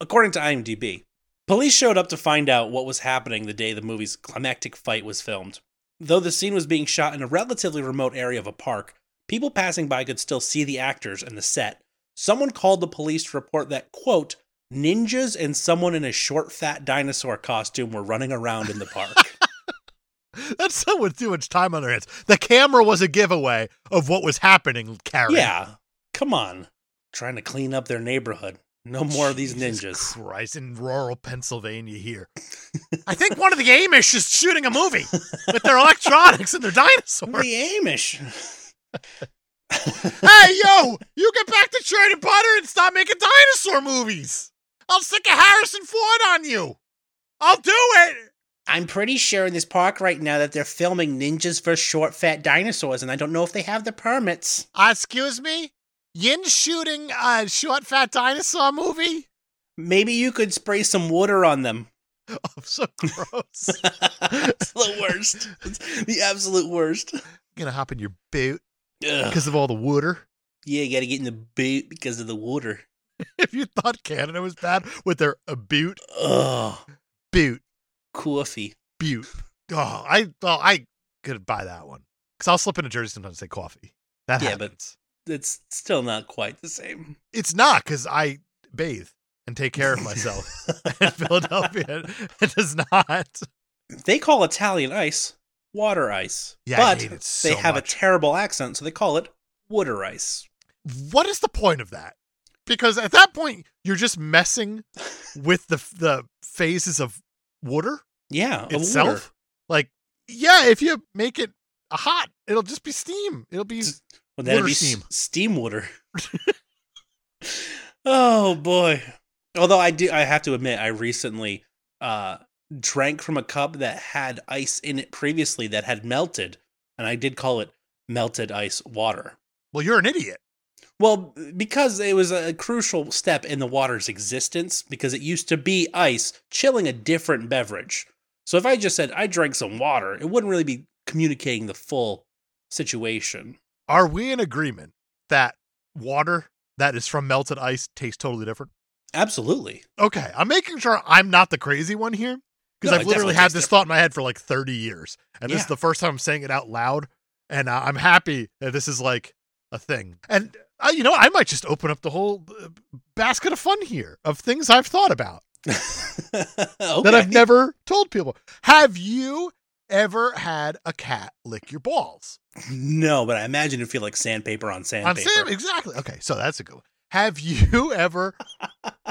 S3: according to IMDb, police showed up to find out what was happening the day the movie's climactic fight was filmed. Though the scene was being shot in a relatively remote area of a park, people passing by could still see the actors and the set. Someone called the police to report that, quote, ninjas and someone in a short, fat dinosaur costume were running around in the park.
S2: That's someone with too much time on their hands. The camera was a giveaway of what was happening, Karen.
S3: Yeah. Come on. Trying to clean up their neighborhood. No more of these
S2: Jesus
S3: ninjas.
S2: Christ, in rural Pennsylvania here. I think one of the Amish is shooting a movie with their electronics and their dinosaurs.
S3: The Amish.
S2: hey, yo, you get back to trading butter and stop making dinosaur movies. I'll stick a Harrison Ford on you. I'll do it.
S3: I'm pretty sure in this park right now that they're filming ninjas versus short, fat dinosaurs, and I don't know if they have the permits.
S2: Uh, excuse me? Yin shooting a short fat dinosaur movie?
S3: Maybe you could spray some water on them.
S2: Oh, so gross.
S3: it's the worst. It's the absolute worst.
S2: Gonna hop in your boot
S3: Ugh.
S2: because of all the water.
S3: Yeah, you gotta get in the boot because of the water.
S2: If you thought Canada was bad with their uh, a boot,
S3: Ugh.
S2: boot,
S3: Coffee.
S2: boot. Oh, I well, I could buy that one because I'll slip into Jersey sometimes and say coffee. That
S3: Yeah, but-
S2: happens.
S3: It's still not quite the same.
S2: it's not because I bathe and take care of myself. in Philadelphia, it does not.
S3: they call Italian ice water ice.
S2: Yeah, I
S3: but
S2: hate it so
S3: they have
S2: much.
S3: a terrible accent, so they call it water ice.
S2: What is the point of that? Because at that point, you're just messing with the the phases of water
S3: Yeah, of
S2: itself.
S3: water.
S2: Like, yeah, if you make it hot, it'll just be steam. It'll be
S3: Just- Well, that'd
S2: Water
S3: be s-
S2: steam.
S3: steam water. oh boy! Although I do, I have to admit, I recently uh, drank from a cup that had ice in it previously that had melted, and I did call it melted ice water.
S2: well. You're an idiot.
S3: Well, because it was a crucial step in the water's existence, because it used to be ice chilling a different beverage. So if I just said I drank some water, it wouldn't really be communicating the full situation.
S2: Are we in agreement that water that is from melted ice tastes totally different?
S3: Absolutely.
S2: Okay, I'm making sure I'm not the crazy one here because
S3: No,
S2: I've
S3: it
S2: literally
S3: definitely
S2: had
S3: tastes
S2: this thought in my head for like 30 years, and this is
S3: Yeah.
S2: the first time I'm saying it out loud, and uh, I'm happy that this is like a thing. And uh, you know, I might just open up the whole uh, basket of fun here of things I've thought about that I've
S3: Okay.
S2: never told people. Have you ever had a cat lick your balls?
S3: No, but I imagine it'd feel like sandpaper on
S2: I'm
S3: sandpaper.
S2: saying exactly. Okay, so that's a good one. Have you ever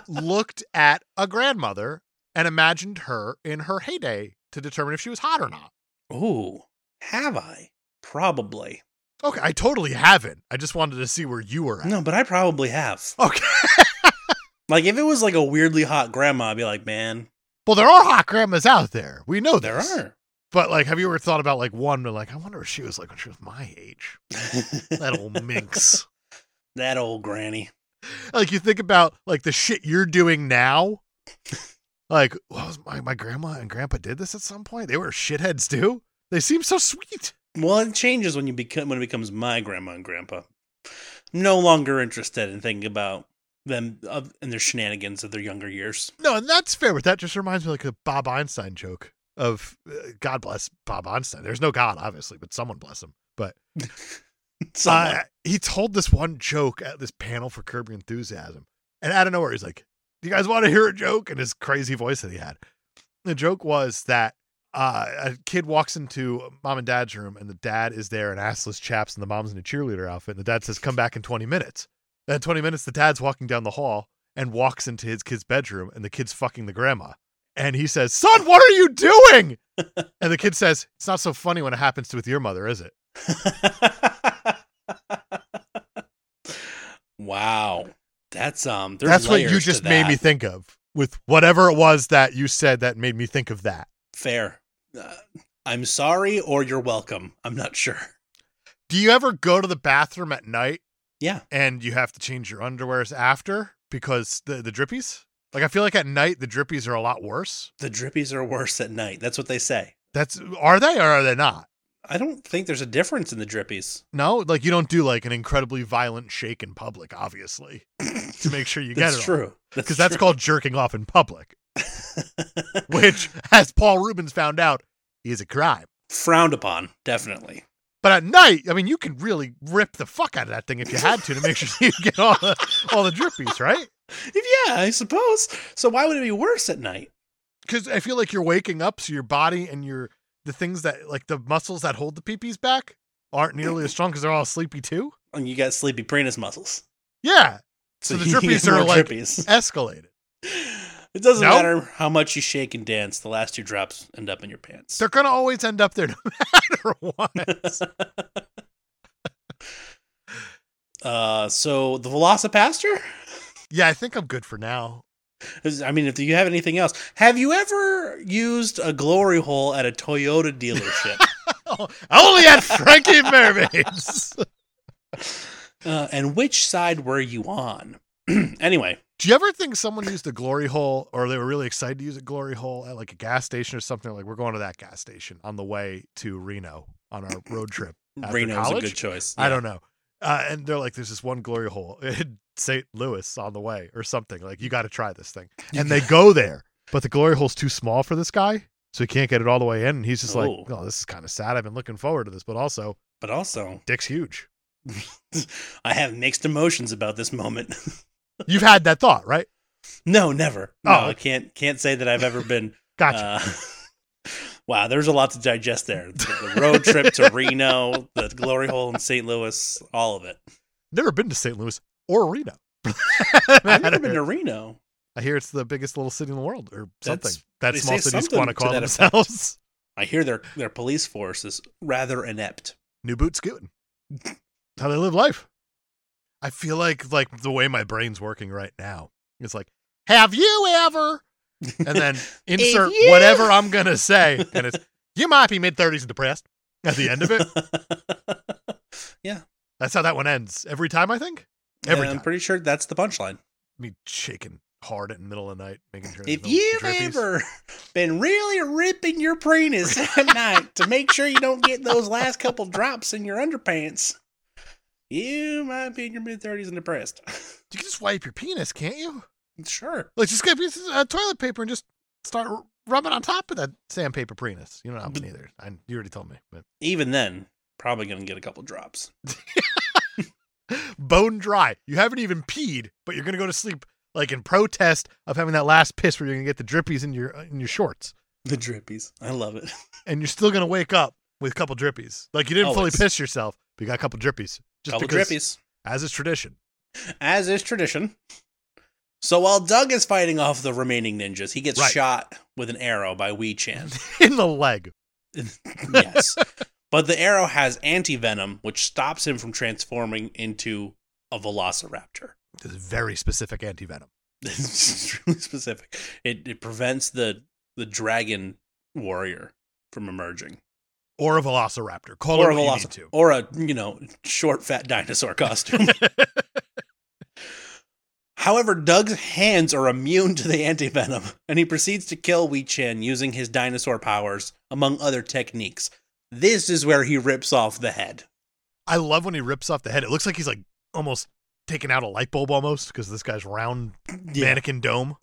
S2: looked at a grandmother and imagined her in her heyday to determine if she was hot or not?
S3: Ooh, have I? Probably.
S2: Okay, I totally haven't. I just wanted to see where you were at.
S3: No, but I probably have.
S2: Okay.
S3: Like if it was like a weirdly hot grandma, I'd be like, man,
S2: Well, there are hot grandmas out there. We know
S3: there
S2: this.
S3: are.
S2: But like, have you ever thought about like one? Like, I wonder if she was like when she was my age. That old minx.
S3: that old granny.
S2: like you think about like the shit you're doing now. Like, well, was my, my grandma and grandpa did this at some point. They were shitheads too. They seem so sweet.
S3: Well, it changes when you become when it becomes my grandma and grandpa. No longer interested in thinking about them of, and their shenanigans of their younger years.
S2: No, and that's fair. But that just reminds me like a Bob Einstein joke of uh, God bless Bob Einstein. There's no God, obviously, but someone bless him. But
S3: Someone.
S2: uh, he told this one joke at this panel for Curb Your Enthusiasm, and out of nowhere he's like, "Do you guys want to hear a joke?" In his crazy voice that he had, the joke was that uh, a kid walks into mom and dad's room, and the dad is there in assless chaps, and the mom's in a cheerleader outfit, and the dad says, "Come back in 20 minutes." And in 20 minutes, the dad's walking down the hall and walks into his kid's bedroom, and the kid's fucking the grandma. And he says, Son, what are you doing? and the kid says, It's not so funny when it happens to with your mother, is it?
S3: wow, that's um. There's
S2: That's what you
S3: layers to
S2: just made me
S3: that.
S2: think of with whatever it was that you said that made me think of that.
S3: Fair. Uh, I'm sorry, or you're welcome. I'm not sure.
S2: Do you ever go to the bathroom at night
S3: Yeah.
S2: and you have to change your underwears after because the, the drippies? Like I feel like at night the drippies are a lot worse.
S3: The drippies are worse at night. That's what they say.
S2: That's are they or are they not?
S3: I don't think there's a difference in the drippies.
S2: No, like you don't do like an incredibly violent shake in public, obviously, to make sure you get
S3: that's
S2: it.
S3: true.
S2: Because that's called jerking off in public, which, as Paul Rubens found out, is a crime.
S3: frowned upon, definitely.
S2: But at night, I mean, you could really rip the fuck out of that thing if you had to to make sure you get all the all the drippies, right?
S3: Yeah, I suppose. So why would it be worse at night?
S2: Because I feel like you're waking up, so your body and your the things that like the muscles that hold the peepees back aren't nearly as strong because they're all sleepy too.
S3: And you got sleepy prenus muscles.
S2: Yeah, So the
S3: you get
S2: drippies are
S3: more
S2: like-
S3: drippies.
S2: Escalated.
S3: It doesn't
S2: No?
S3: matter how much you shake and dance; the last two drops end up in your pants.
S2: They're gonna always end up there no matter what.
S3: uh, so the Velocipaster.
S2: yeah, I think I'm good for now.
S3: Is- I mean, if you have anything else, have you ever used a glory hole at a Toyota dealership?
S2: Oh, I only had Frankie Mermaids.
S3: uh, and which side were you on? anyway,
S2: Do you ever think someone used a glory hole or they were really excited to use a glory hole at like a gas station or something? Like, we're going to that gas station on the way to Reno on our road trip. After
S3: Reno's a
S2: college?
S3: good choice.
S2: I don't know. Uh, and they're like, there's this one glory hole in St. Louis on the way or something. Like, you got to try this thing. And they go there, but the glory hole's too small for this guy. So he can't get it all the way in. And he's just
S3: Oh.
S2: like, oh, this is kind of sad. I've been looking forward to this, but also,
S3: But also,
S2: dick's huge.
S3: I have mixed emotions about this moment.
S2: You've had that thought, right?
S3: no, never. No,
S2: Oh.
S3: I can't can't say that I've ever been.
S2: Gotcha.
S3: Uh, wow, there's a lot to digest there. The, the road trip to Reno, the glory hole in St. Louis, all of it.
S2: Never been to St. Louis or Reno.
S3: I've never been to Reno.
S2: I hear it's the biggest little city in the world or something.
S3: That's-
S2: that
S3: they
S2: small
S3: say
S2: cities
S3: something
S2: want to
S3: to
S2: call
S3: that
S2: themselves.
S3: I hear their their police force is rather inept.
S2: New boot scooting. That's how they live life. I feel like like the way my brain's working right now. It's like, have you ever? And then insert
S3: you-
S2: whatever I'm gonna say, and it's you might be mid thirties and depressed at the end of it. That's how that one ends every time. I think every
S3: And I'm
S2: time.
S3: pretty sure that's the punchline.
S2: Me shaking hard at the middle of the night, making sure.
S3: If
S2: there's no
S3: you've
S2: drippies.
S3: ever been really ripping your penis at night to make sure you don't get those last couple drops in your underpants, you might be in your mid thirties and depressed.
S2: you can just wipe your penis, can't you?
S3: sure.
S2: Like just get a piece of uh, toilet paper and just start r- rubbing on top of that sandpaper penis. You don't have one either. I, you already told me. But
S3: Even then, probably gonna get a couple drops.
S2: bone dry. You haven't even peed, but you're gonna go to sleep like in protest of having that last piss where you're gonna get the drippies in your uh, in your shorts,
S3: The drippies. I love it.
S2: and you're still gonna wake up with a couple drippies. Like you didn't
S3: Always.
S2: fully piss yourself, but you got a couple drippies. Just
S3: couple
S2: because,
S3: drippies.
S2: as is tradition.
S3: as is tradition. So while Doug is fighting off the remaining ninjas, he gets
S2: Right.
S3: shot with an arrow by Wee Chan.
S2: In the leg.
S3: yes. But the arrow has anti venom, which stops him from transforming into a velociraptor.
S2: This is very specific anti venom.
S3: It's extremely specific. It, it prevents the, the dragon warrior from emerging.
S2: Or a velociraptor. Call
S3: Or a
S2: it what you need
S3: velociraptor.
S2: to.
S3: Or a, you know, short, fat dinosaur costume. However, Doug's hands are immune to the anti-venom, and he proceeds to kill Wei Chin using his dinosaur powers, among other techniques. This is where he rips off the head.
S2: I love when he rips off the head. It looks like he's like almost taking out a light bulb almost because this guy's round mannequin dome.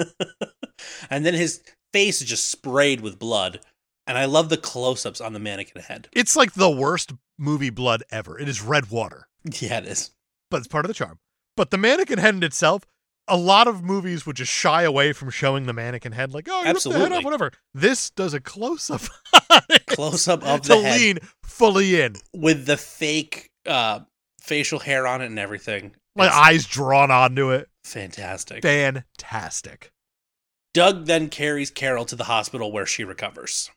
S3: and then his face is just sprayed with blood. And I love the close-ups on the mannequin head.
S2: It's like the worst movie blood ever. It is red water,
S3: Yeah, it is.
S2: but it's part of the charm. But the mannequin head in itself, a lot of movies would just shy away from showing the mannequin head, like, oh, you ripped the head
S3: Absolutely.
S2: off, whatever. This does a close up
S3: Close-up of
S2: to
S3: the head
S2: lean fully in,
S3: with the fake uh, facial hair on it and everything.
S2: like
S3: It's
S2: eyes drawn onto it.
S3: fantastic.
S2: Fantastic.
S3: Doug then carries Carol to the hospital where she recovers.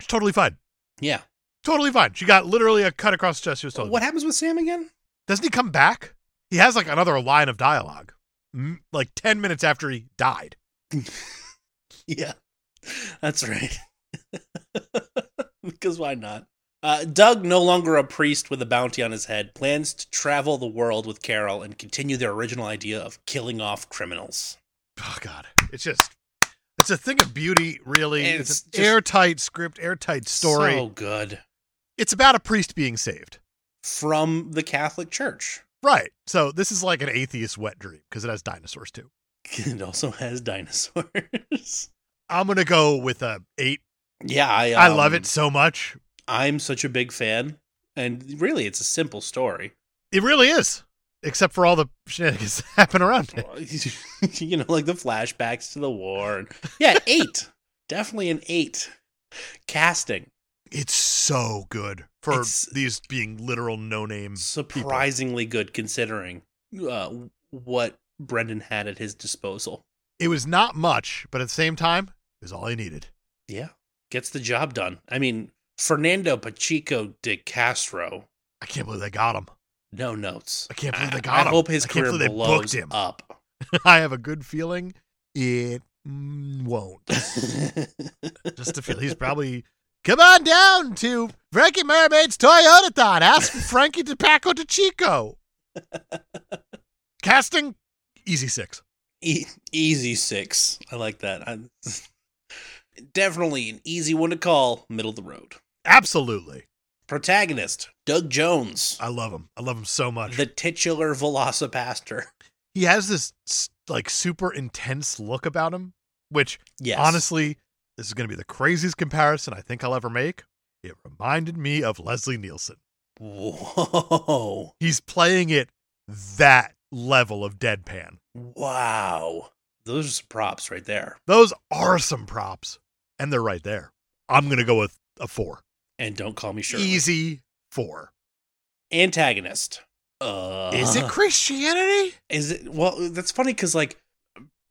S2: She's totally fine.
S3: Yeah.
S2: Totally fine. She got literally a cut across the chest. She was totally fine.
S3: What happens with Sam again?
S2: Doesn't he come back? He has like another line of dialogue, mm, like 10 minutes after he died.
S3: Yeah, that's right. because why not? Uh, Doug, no longer a priest with a bounty on his head, plans to travel the world with Carol and continue their original idea of killing off criminals.
S2: Oh, God. It's just, it's a thing of beauty, really. It's,
S3: It's
S2: an
S3: just-
S2: airtight script, airtight story.
S3: So good.
S2: It's about a priest being saved.
S3: From the Catholic Church.
S2: Right. So this is like an atheist wet dream because it has dinosaurs too.
S3: It also has dinosaurs.
S2: I'm going to go with a eight.
S3: yeah, I,
S2: I love
S3: um,
S2: it so much.
S3: I'm such a big fan. And really, it's a simple story.
S2: It really is, except for all the shenanigans that happen around it.
S3: you know, like the flashbacks to the war. And, yeah, eight. Definitely an eight. Casting.
S2: Mm, It's so good for
S3: It's-
S2: these being literal no name
S3: Surprisingly good considering uh, what Brendan had at his disposal.
S2: It was not much, but at the same time, it was all he needed.
S3: Yeah, gets the job done. I mean, Fernando Pacheco de Castro,
S2: I can't believe they got him.
S3: no notes.
S2: I can't believe they got him.
S3: I hope his
S2: I can't
S3: career
S2: believe they
S3: blows
S2: booked him.
S3: up.
S2: I have a good feeling it mm, won't. Just to feel he's probably come on down to Frankie Mermaid's Toyota Thon. Ask for Frankie to Paco to Chico. Casting easy six.
S3: E- easy six. I like that. i definitely an easy one to call. Middle of the road.
S2: Absolutely.
S3: Protagonist Doug Jones,
S2: I love him. I love him so much.
S3: the titular Velocipaster.
S2: he has this s- like super intense look about him, which
S3: Yes,
S2: honestly, this is going to be the craziest comparison I think I'll ever make. It reminded me of Leslie Nielsen.
S3: Whoa!
S2: He's playing it that level of deadpan.
S3: Wow! Those are some props right there.
S2: Those are some props, and they're right there. I'm going to go with a four.
S3: And don't call me sure.
S2: Easy four.
S3: Antagonist. Uh,
S2: Is it Christianity?
S3: Is it? Well, that's funny because like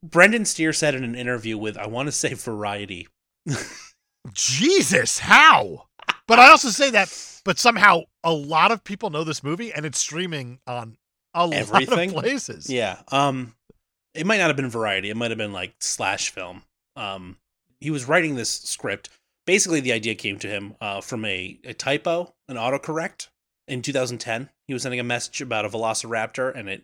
S3: Brendan Steer said in an interview with I want to say Variety.
S2: Jesus, how? But I also say that, but somehow a lot of people know this movie, and it's streaming on a
S3: Everything?
S2: lot of places.
S3: Yeah. Um, it might not have been Variety. It might have been like Slash Film. Um, he was writing this script. Basically, the idea came to him uh, from a, a typo, an autocorrect in 2010. He was sending a message about a Velociraptor, and it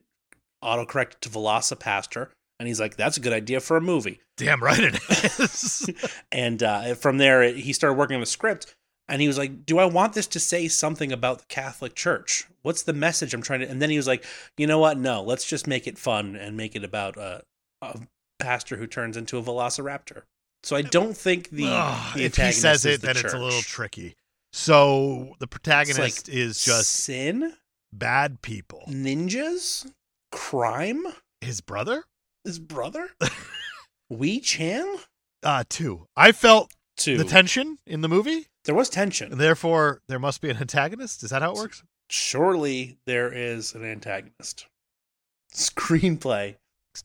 S3: autocorrected to Velocipaster. And he's like, "That's a good idea for a movie."
S2: Damn right it is.
S3: and uh, from there he started working on the script and he was like do i want this to say something about the catholic church what's the message i'm trying to and then he was like you know what no let's just make it fun and make it about a, a pastor who turns into a velociraptor so i don't think the,
S2: Ugh,
S3: the
S2: if he
S3: antagonist
S2: says
S3: is
S2: it,
S3: the
S2: then it's a little
S3: church.
S2: tricky. So the protagonist is just
S3: sin
S2: bad people.
S3: ninjas crime
S2: His brother?
S3: his brother Wee Chan
S2: Uh two. I felt
S3: two.
S2: the tension in the movie,
S3: there was tension.
S2: and therefore there must be an antagonist. Is that how it works?
S3: surely there is an antagonist. Screenplay.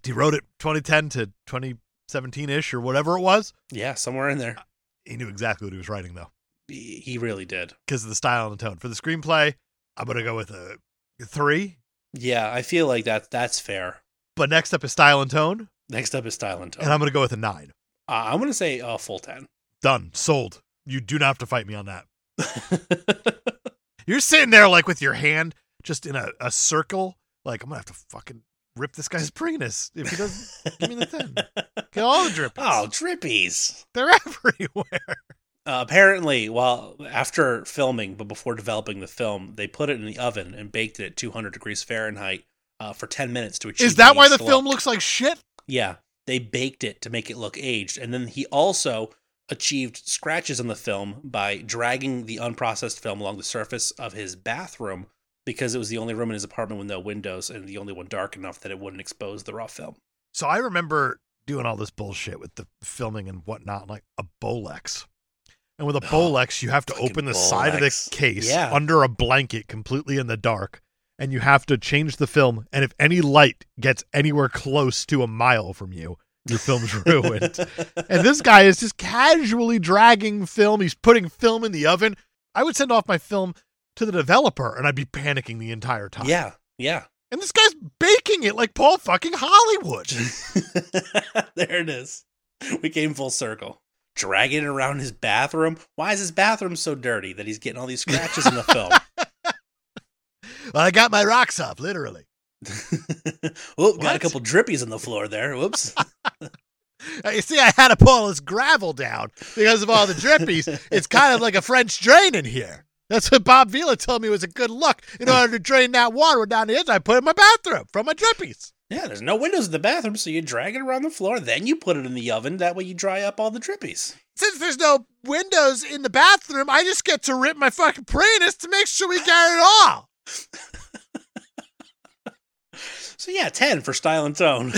S2: He wrote it 2010 to 2017 ish or whatever it was.
S3: Yeah, somewhere in
S2: Uh,
S3: there.
S2: He knew exactly what he was writing though,
S3: He he really did.
S2: because of the style and the tone. For the screenplay, I'm gonna go with a three.
S3: Yeah, I feel like that that's fair.
S2: But next up is style and tone,
S3: Next up is Style and Tone.
S2: and I'm gonna go with a nine.
S3: uh, I'm going to say uh, full 10.
S2: Done. Sold. You do not have to fight me on that. You're sitting there like with your hand just in a, a circle, like I'm gonna have to fucking rip this guy's prenis if he doesn't give me the ten. Get all the drip.
S3: oh, drippies.
S2: they're everywhere.
S3: Uh, apparently, while after filming, but before developing the film, they put it in the oven and baked it at 200 degrees Fahrenheit uh, for 10 minutes to achieve.
S2: Is that why the
S3: aged look.
S2: film looks like shit?
S3: Yeah, they baked it to make it look aged. And then he also achieved scratches on the film by dragging the unprocessed film along the surface of his bathroom because it was the only room in his apartment with no windows and the only one dark enough that it wouldn't expose the raw film.
S2: So I remember doing all this bullshit with the filming and whatnot, like a Bolex. And with a
S3: Oh,
S2: Bolex, you have to
S3: fucking
S2: open the side of the
S3: Bolex.
S2: case
S3: Yeah.
S2: under a blanket completely in the dark. And you have to change the film. And if any light gets anywhere close to a mile from you, your film's ruined. and this guy is just casually dragging film. He's putting film in the oven. I would send off my film to the developer and I'd be panicking the entire time.
S3: yeah, yeah.
S2: And this guy's baking it like Paul fucking Hollywood.
S3: there it is. We came full circle. Dragging it around his bathroom. Why is his bathroom so dirty that he's getting all these scratches in the film?
S2: well, I got my rocks up, literally.
S3: Oop, got a
S2: What?
S3: couple drippies on the floor there. Whoops.
S2: Uh, You see, I had to pull this gravel down because of all the drippies. it's kind of like a French drain in here. That's what Bob Vila told me was a good look. In order to drain that water down the edge, I put it in my bathroom from my drippies.
S3: Yeah, there's no windows in the bathroom, so you drag it around the floor, then you put it in the oven. That way you dry up all the drippies.
S2: Since there's no windows in the bathroom, I just get to rip my fucking penis to make sure we got it all.
S3: So yeah, 10 for style and tone.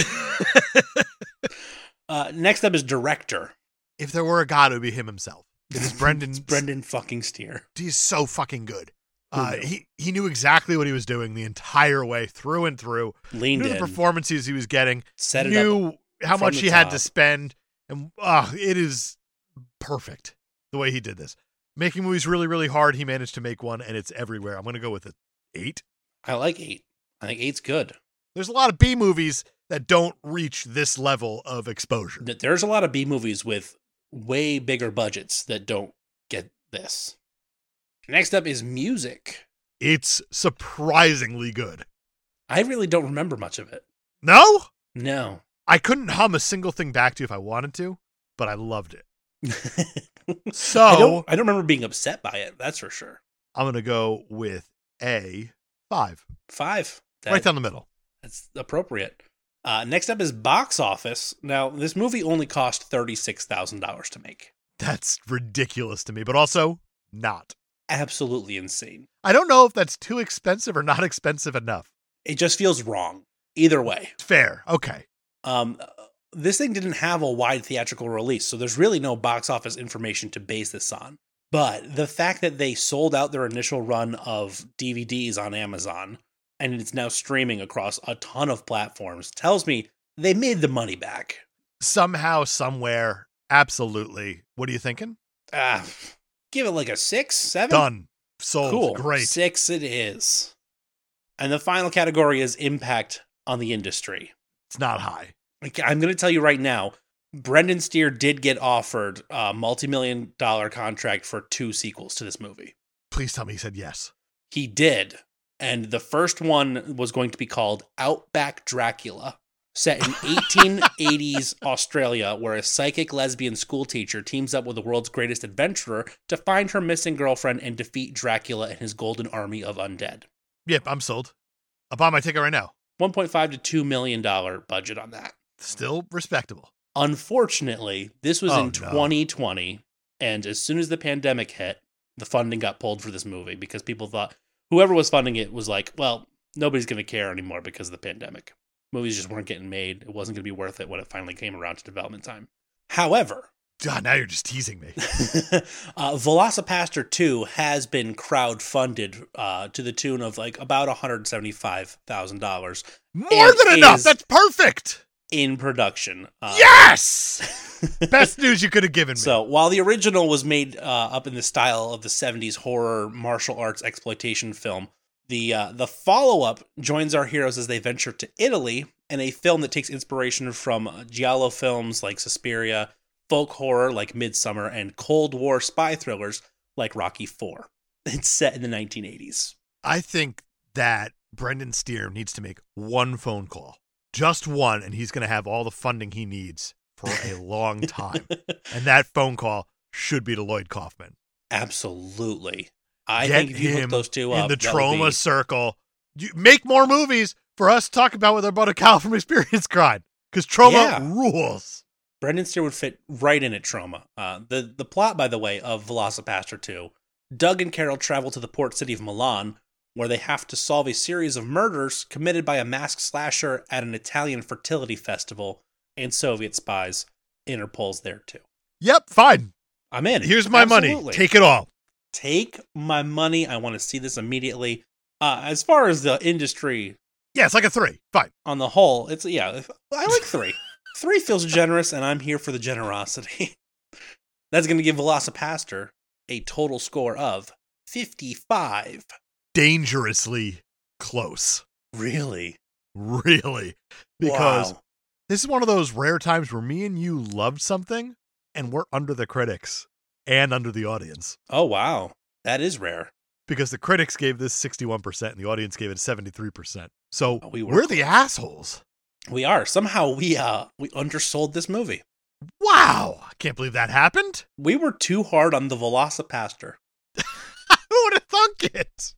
S3: uh, next up is director.
S2: If there were a god, it would be him himself. It is Brendan.
S3: It's Brendan fucking Steer.
S2: He's so fucking good. Uh, he he knew exactly what he was doing the entire way through and through. He
S3: Leaned
S2: knew the
S3: in,
S2: performances he was getting.
S3: set it up.
S2: knew how
S3: from
S2: much
S3: the
S2: he had to
S3: top.
S2: spend, and uh, it is perfect the way he did this. Making movies really, really hard. He managed to make one, and it's everywhere. I'm gonna go with an eight.
S3: I like eight. I think eight's good.
S2: There's a lot of B movies that don't reach this level of exposure.
S3: Th- There's a lot of B movies with way bigger budgets that don't get this. Next up is music.
S2: It's surprisingly good.
S3: I really don't remember much of it.
S2: No,
S3: No.
S2: I couldn't hum a single thing back to you if I wanted to, but I loved it. So
S3: I don't, I don't remember being upset by it. That's for sure.
S2: I'm gonna go with a five,
S3: Five. That-
S2: right down the middle.
S3: That's appropriate. Uh, next up is box office. Now, this movie only cost thirty six thousand dollars to make.
S2: That's ridiculous to me, but also not.
S3: Absolutely insane.
S2: I don't know if that's too expensive or not expensive enough.
S3: It just feels wrong. Either way,
S2: Fair, okay.
S3: um, this thing didn't have a wide theatrical release, so there's really no box office information to base this on. But the fact that they sold out their initial run of DVDs on Amazon and it's now streaming across a ton of platforms tells me they made the money back.
S2: Somehow, somewhere, absolutely. What are you thinking?
S3: Ah, give it like a six, seven.
S2: Done. Sold.
S3: Cool.
S2: Great.
S3: Six it is. And the final category is impact on the industry.
S2: It's not high.
S3: Like, I'm going to tell you right now, Brendan Steer did get offered a multi-million dollar contract for two sequels to this movie.
S2: Please tell me he said yes.
S3: He did. And the first one was going to be called Outback Dracula, set in 1880s Australia, where a psychic lesbian schoolteacher teams up with the world's greatest adventurer to find her missing girlfriend and defeat Dracula and his golden army of undead.
S2: Yep, I'm sold. I'll buy my ticket right now.
S3: 1.5 to 2 million dollar budget on that.
S2: Still respectable.
S3: Unfortunately, this was
S2: Oh,
S3: in
S2: no.
S3: 2020 and as soon as the pandemic hit, the funding got pulled for this movie because people thought whoever was funding it was like, well, nobody's going to care anymore because of the pandemic. Movies just weren't getting made. It wasn't going to be worth it when it finally came around to development time. However,
S2: God, now you're just teasing me.
S3: uh, Velocipaster 2 has been crowdfunded uh, to the tune of like about $175,000
S2: More
S3: It
S2: than enough.
S3: is-
S2: That's perfect.
S3: in production. Uh,
S2: yes. Best news you could have given me.
S3: So while the original was made uh, up in the style of the 70s horror martial arts exploitation film, the uh, the follow up joins our heroes as they venture to Italy in a film that takes inspiration from uh, giallo films like Suspiria, folk horror like Midsummer, and Cold War spy thrillers like Rocky Four. It's set in the 1980s.
S2: I think that Brendan Steer needs to make one phone call, just one, and he's going to have all the funding he needs for a long time. and that phone call should be to Lloyd Kaufman
S3: Absolutely. I
S2: Get
S3: think if you
S2: him
S3: hook those two up,
S2: in the
S3: that would
S2: trauma
S3: be-
S2: circle. You, make more movies for us to talk about with our buddy Kyle from Experience Grind because trauma
S3: Yeah.
S2: rules.
S3: Brendan Steer would fit right in at Trauma. Uh, the the plot, by the way, of Velocipaster 2, Doug and Carol travel to the port city of Milan, where they have to solve a series of murders committed by a masked slasher at an Italian fertility festival, and Soviet spies. Interpol's there too.
S2: Yep, fine.
S3: I'm in.
S2: Here's my money.
S3: Absolutely.
S2: Take it all.
S3: Take my money. I want to see this immediately. Uh, as far as the industry
S2: Yeah, it's like a three. Fine.
S3: on the whole, it's yeah. if- I like three. three feels generous, and I'm here for the generosity. That's going to give Velocipaster a total score of fifty-five.
S2: Dangerously close.
S3: Really?
S2: Really. Because
S3: Wow.
S2: This is one of those rare times where me and you loved something and we're under the critics and under the audience
S3: oh wow, that is rare.
S2: because the critics gave this 61% and the audience gave it 73%. So
S3: Oh,
S2: we
S3: we
S2: are
S3: were
S2: the assholes.
S3: We are somehow we uh we undersold this movie.
S2: Wow. I can't believe that happened.
S3: We were too hard on the Velocipaster,
S2: Who would have thunk it?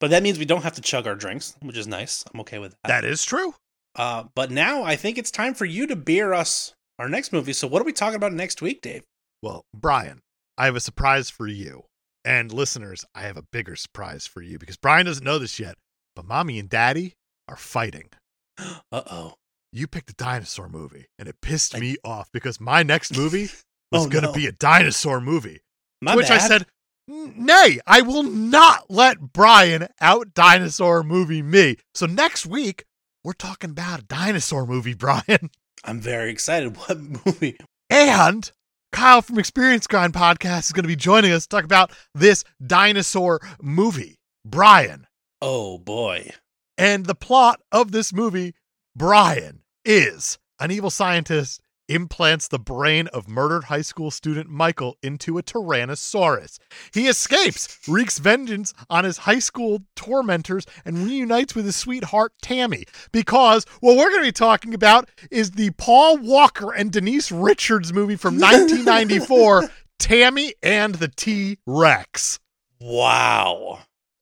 S3: but that means we don't have to chug our drinks, which is nice. I'm okay with that.
S2: That is true.
S3: Uh, but now I think it's time for you to beer us our next movie. So what are we talking about next week, Dave?
S2: Well, Brian, I have a surprise for you. And listeners, I have a bigger surprise for you because Brian doesn't know this yet, but mommy and daddy are fighting.
S3: Uh oh.
S2: you picked a dinosaur movie and it pissed
S3: I-
S2: me off because my next movie was
S3: Oh,
S2: going to
S3: no.
S2: be a dinosaur movie.
S3: My
S2: to which I
S3: bad.
S2: said, N- Nay, I will not let Brian out dinosaur movie me. So next week, we're talking about a dinosaur movie, Brian.
S3: I'm very excited. What movie?
S2: And Kyle from Experience Grind Podcast is going to be joining us to talk about this dinosaur movie, Brian.
S3: Oh boy.
S2: And the plot of this movie, Brian, is an evil scientist implants the brain of murdered high school student Michael into a Tyrannosaurus. He escapes, wreaks vengeance on his high school tormentors, and reunites with his sweetheart Tammy. Because what we're going to be talking about is the Paul Walker and Denise Richards movie from 1994, Tammy and the T Rex.
S3: Wow.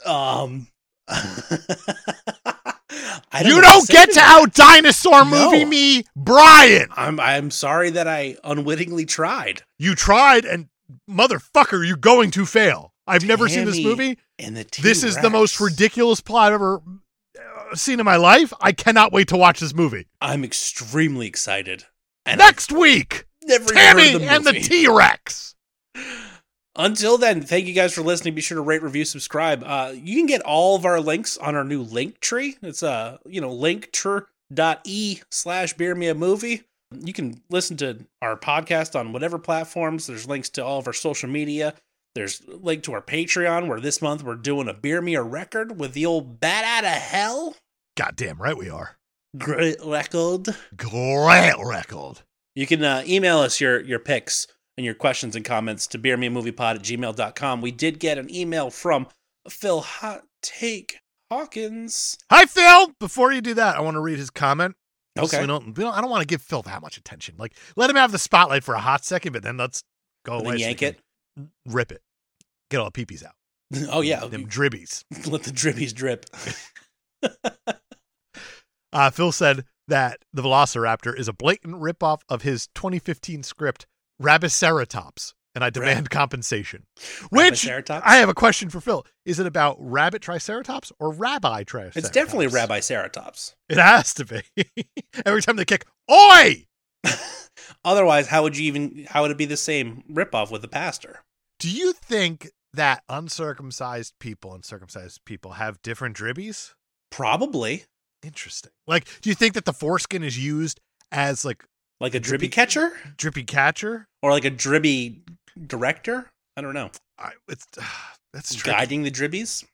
S3: Um I
S2: You
S3: know what
S2: don't
S3: say
S2: get to
S3: that.
S2: out dinosaur movie
S3: No.
S2: me, Brian.
S3: I'm I'm sorry that I unwittingly tried.
S2: You tried, and motherfucker, you're going to fail. I've never seen this
S3: Tammy
S2: movie.
S3: And the
S2: This is the most
S3: T-Rex.
S2: ridiculous plot I've ever uh, seen in my life. I cannot wait to watch this movie.
S3: I'm extremely excited. And I've
S2: Next week,
S3: never
S2: Tammy
S3: heard of the
S2: and the
S3: movie.
S2: T Rex.
S3: Until then, thank you guys for listening. Be sure to rate, review, subscribe. Uh, you can get all of our links on our new link tree. It's uh, you know, linktree.e slash beer me a movie. You can listen to our podcast on whatever platforms. There's links to all of our social media. There's a link to our Patreon where this month we're doing a beer me a record with the old bat out of hell.
S2: Goddamn right we are.
S3: Great record.
S2: Great record.
S3: You can uh, email us your your picks and your questions and comments to beermeamoviepod at gmail.com. We did get an email from Phil Hot Take Hawkins.
S2: Hi Phil. Before you do that, I want to read his comment. Just so
S3: Okay.
S2: we don't, we don't- I don't want to give Phil that much attention. Like, let him have the spotlight for a hot second, but then let's go
S3: And
S2: away.
S3: then
S2: so we
S3: yank
S2: can
S3: it.
S2: Rip it. Get all the peepees out.
S3: Oh, yeah.
S2: Them dribbies.
S3: Let the drippies drip.
S2: Uh, Phil said that the Velociraptor is a blatant ripoff of his 2015 script, Rabiceratops, and I demand compensation. Which
S3: Triceratops?
S2: I have a question for Phil. Is it about rabbit triceratops or rabbi triceratops?
S3: It's definitely Rabbi Ceratops.
S2: It has to be. Every time they kick, oi!
S3: Otherwise, how would you even, how would it be the same ripoff with the pastor?
S2: Do you think that uncircumcised people and circumcised people have different dribbies?
S3: Probably.
S2: Interesting. Like, do you think that the foreskin is used as like
S3: Like a
S2: Drippy-
S3: drippy catcher
S2: drippy catcher?
S3: or like a dribby director? I don't know.
S2: I, it's that's tricky.
S3: Guiding the dribbies?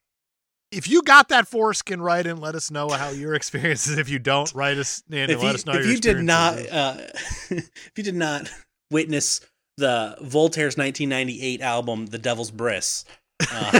S2: if you got that foreskin right and let us know how your experience is if you don't write us and
S3: if you,
S2: let us know
S3: if
S2: your
S3: you did
S2: experience
S3: not
S2: is.
S3: uh, if you did not witness the Voltaire's 1998 album The Devil's Briss uh,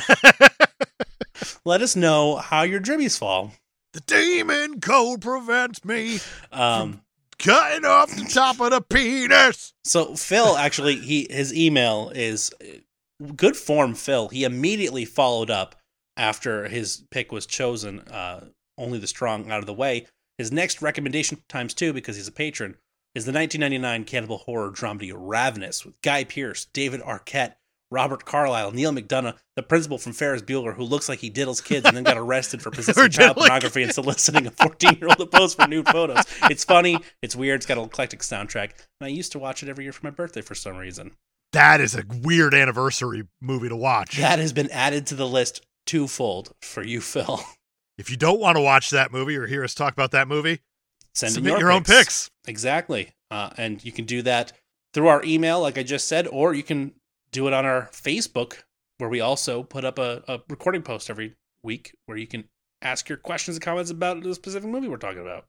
S3: let us know how your dribbies fall
S2: the demon code prevents me
S3: um
S2: cutting off the top of the penis
S3: so Phil actually he his email is uh, good form Phil he immediately followed up after his pick was chosen uh only the strong out of the way his next recommendation times two because he's a patron is the 1999 cannibal horror dramedy Ravenous with Guy Pearce, David Arquette, Robert Carlyle, Neil McDonough, the principal from Ferris Bueller who looks like he diddles kids and then got arrested for possessing child
S2: diddling
S3: pornography and soliciting a 14 year old to pose for nude photos. It's funny, it's weird, it's got an eclectic soundtrack, and I used to watch it every year for my birthday for some reason.
S2: that is a weird anniversary movie to watch
S3: That has been added to the list twofold for you, Phil.
S2: if you don't want to watch that movie or hear us talk about that movie
S3: Send in
S2: submit your, own picks
S3: Exactly. Uh, and you can do that through our email, like I just said, or you can do it on our Facebook, where we also put up a, a recording post every week where you can ask your questions and comments about the specific movie we're talking about.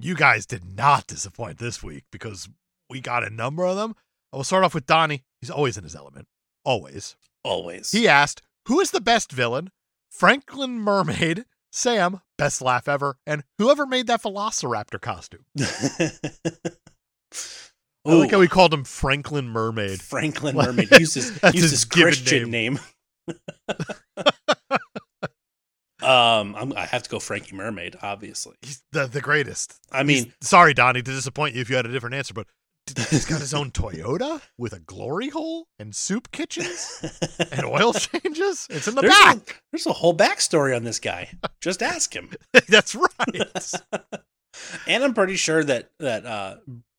S2: you guys did not disappoint this week because we got a number of them i will start off with donnie he's always in his element always
S3: Always.
S2: He asked, "Who is the best villain? Franklin Mermaid, Sam, best laugh ever, and whoever made that Velociraptor costume." I
S3: Ooh,
S2: like how we called him Franklin Mermaid.
S3: Franklin
S2: What?
S3: Mermaid uses
S2: That's
S3: uses
S2: his given
S3: Christian name. um, I'm, I have to go Frankie Mermaid, obviously.
S2: He's the the greatest.
S3: I mean,
S2: He's- sorry, Donnie, to disappoint you if you had a different answer, but d- he's got his own Toyota with a glory hole and soup kitchens and oil changes. It's in the
S3: there's,
S2: back.
S3: A, there's a whole backstory on this guy. Just ask him.
S2: That's right.
S3: And I'm pretty sure that that uh,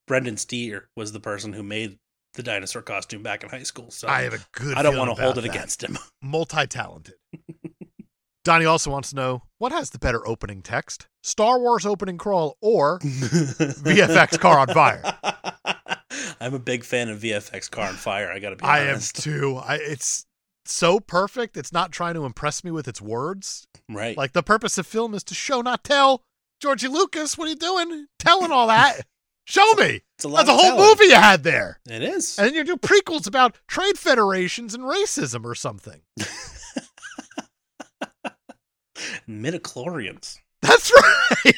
S3: Brendan Steer was the person who made the dinosaur costume back in high school. So
S2: I have a good.
S3: I don't
S2: feeling
S3: want to hold it
S2: about that.
S3: against him.
S2: multi-talented. Donnie also wants to know what has the better opening text: Star Wars opening crawl or VFX Car on Fire?
S3: I'm a big fan of VFX Car on Fire. I got to be
S2: I am
S3: honest.
S2: too. I, it's so perfect. It's not trying to impress me with its words.
S3: right.
S2: Like the purpose of film is to show, not tell. Georgie Lucas, what are you doing? Telling all that? Show me.
S3: it's a lot
S2: That's a
S3: of
S2: whole
S3: talent.
S2: movie you had there.
S3: It is.
S2: And then you do prequels about trade federations and racism or something.
S3: Midichlorians.
S2: That's right.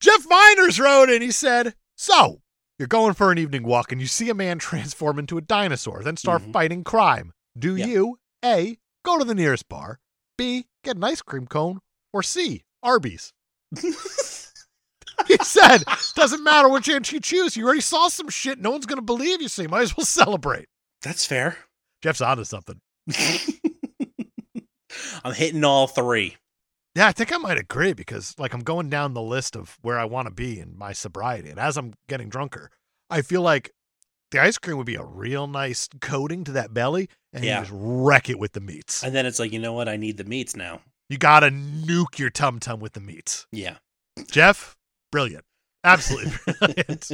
S2: Jeff Miners wrote and he said, So, you're going for an evening walk and you see a man transform into a dinosaur, then start
S3: Mhm.
S2: fighting crime. Do
S3: Yeah.
S2: you A, go to the nearest bar, B, get an ice cream cone, or C, Arby's? He said, Doesn't matter which inch you choose. You already saw some shit. No one's going to believe you, so you might as well celebrate.
S3: That's fair.
S2: Jeff's onto something.
S3: I'm hitting all three.
S2: Yeah, I think I might agree because like I'm going down the list of where I want to be in my sobriety. And as I'm getting drunker, I feel like the ice cream would be a real nice coating to that belly and
S3: Yeah.
S2: you just wreck it with the meats.
S3: And then it's like, you know what? I need the meats now.
S2: you got to nuke your tum tum with the meats.
S3: Yeah.
S2: Jeff, brilliant. Absolutely brilliant.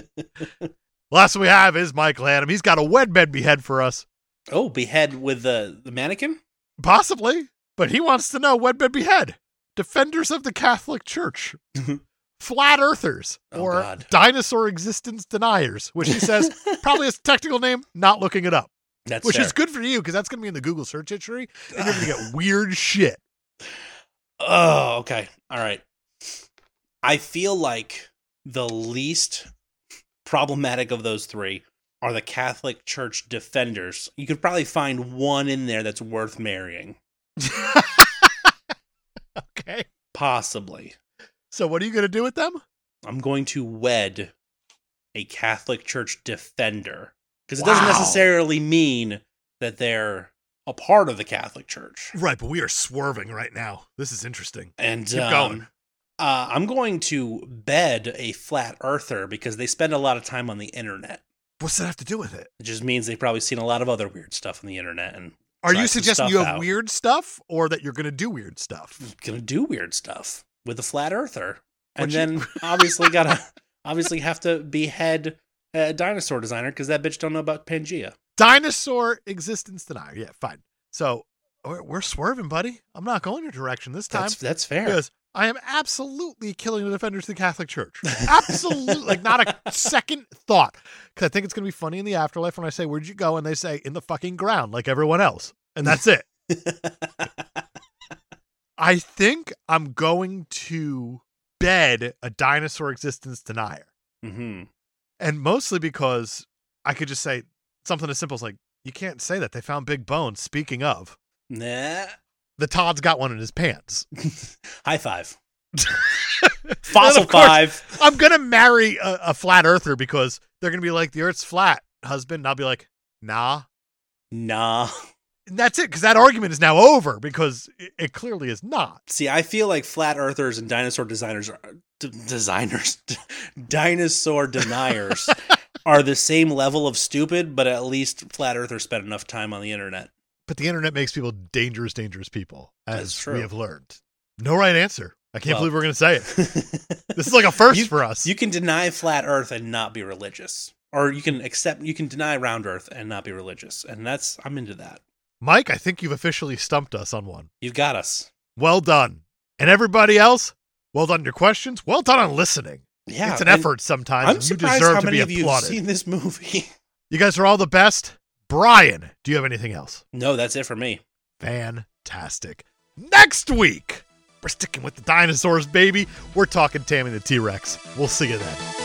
S2: Last one we have is Michael Adam. He's got a wed bed behead for us.
S3: Oh, behead with the, the mannequin?
S2: Possibly, but he wants to know when been behead. Defenders of the Catholic Church, flat earthers,
S3: Oh,
S2: or
S3: God.
S2: dinosaur existence deniers, which he says probably is technical name, not looking it up,
S3: That's
S2: which
S3: fair.
S2: is good for you because that's going to be in the Google search history and you're going to get weird shit.
S3: Oh, okay. All right. I feel like the least problematic of those three are the Catholic Church defenders. You could probably find one in there that's worth marrying,
S2: Okay.
S3: possibly.
S2: So, what are you going to do with them?
S3: I'm going to wed a Catholic Church defender because it doesn't
S2: Wow.
S3: necessarily mean that they're a part of the Catholic Church.
S2: Right, but we are swerving right now. This is interesting.
S3: And
S2: Keep
S3: um,
S2: going.
S3: Uh, I'm going to bed a flat earther because they spend a lot of time on the internet.
S2: What's that have to do with it?
S3: It just means they've probably seen a lot of other weird stuff on the internet and
S2: Are
S3: Try
S2: you
S3: some
S2: suggesting
S3: stuff
S2: you have
S3: out.
S2: weird stuff or that you're going to do weird stuff?
S3: gonna do weird stuff with a flat earther.
S2: What
S3: And
S2: you-
S3: then obviously gotta obviously have to behead a dinosaur designer because that bitch don't know about Pangea.
S2: dinosaur existence denier. Yeah, fine. So we're, we're swerving, buddy. I'm not going your direction this time
S3: That's that's fair.
S2: because I am absolutely killing the defenders of the Catholic Church. Absolutely, like not a second thought. Because I think it's going to be funny in the afterlife when I say, "Where'd you go?" and they say, "In the fucking ground," like everyone else, and that's it. I think I'm going to bed a dinosaur existence denier.
S3: hmm
S2: And mostly because I could just say something as simple as like, you can't say that. They found big bones. Speaking of,
S3: Nah.
S2: the Todd's got one in his pants.
S3: High five.
S2: And
S3: Fossil
S2: of course-
S3: five.
S2: I'm gonna marry a, a flat earther because they're gonna be like, the Earth's flat, husband. And I'll be like, nah.
S3: Nah.
S2: And that's it, because that argument is now over because it, it clearly is not.
S3: See, I feel like flat earthers and dinosaur designers are d- designers, dinosaur deniers are the same level of stupid, but at least flat earthers spend enough time on the internet.
S2: But the internet makes people dangerous, dangerous people,
S3: That's
S2: as
S3: true.
S2: we have learned. No right answer. I can't
S3: Well-
S2: believe we're gonna say it. This is like a first for us.
S3: you can deny flat earth and not be religious, or you can accept you can deny round earth and not be religious, and that's I'm into that.
S2: Mike, I think you've officially stumped us on one.
S3: You've got us.
S2: well done. And everybody else, well done on your questions. Well done on listening.
S3: Yeah,
S2: it's an
S3: and
S2: effort sometimes.
S3: I'm
S2: and you
S3: surprised
S2: deserve
S3: how
S2: to
S3: many
S2: be
S3: of you have
S2: applauded.
S3: seen this movie.
S2: You guys are all the best. Brian, do you have anything else?
S3: no, that's it for me.
S2: Fantastic. Next week, we're sticking with the dinosaurs, baby. We're talking Tammy the T Rex. We'll see you then.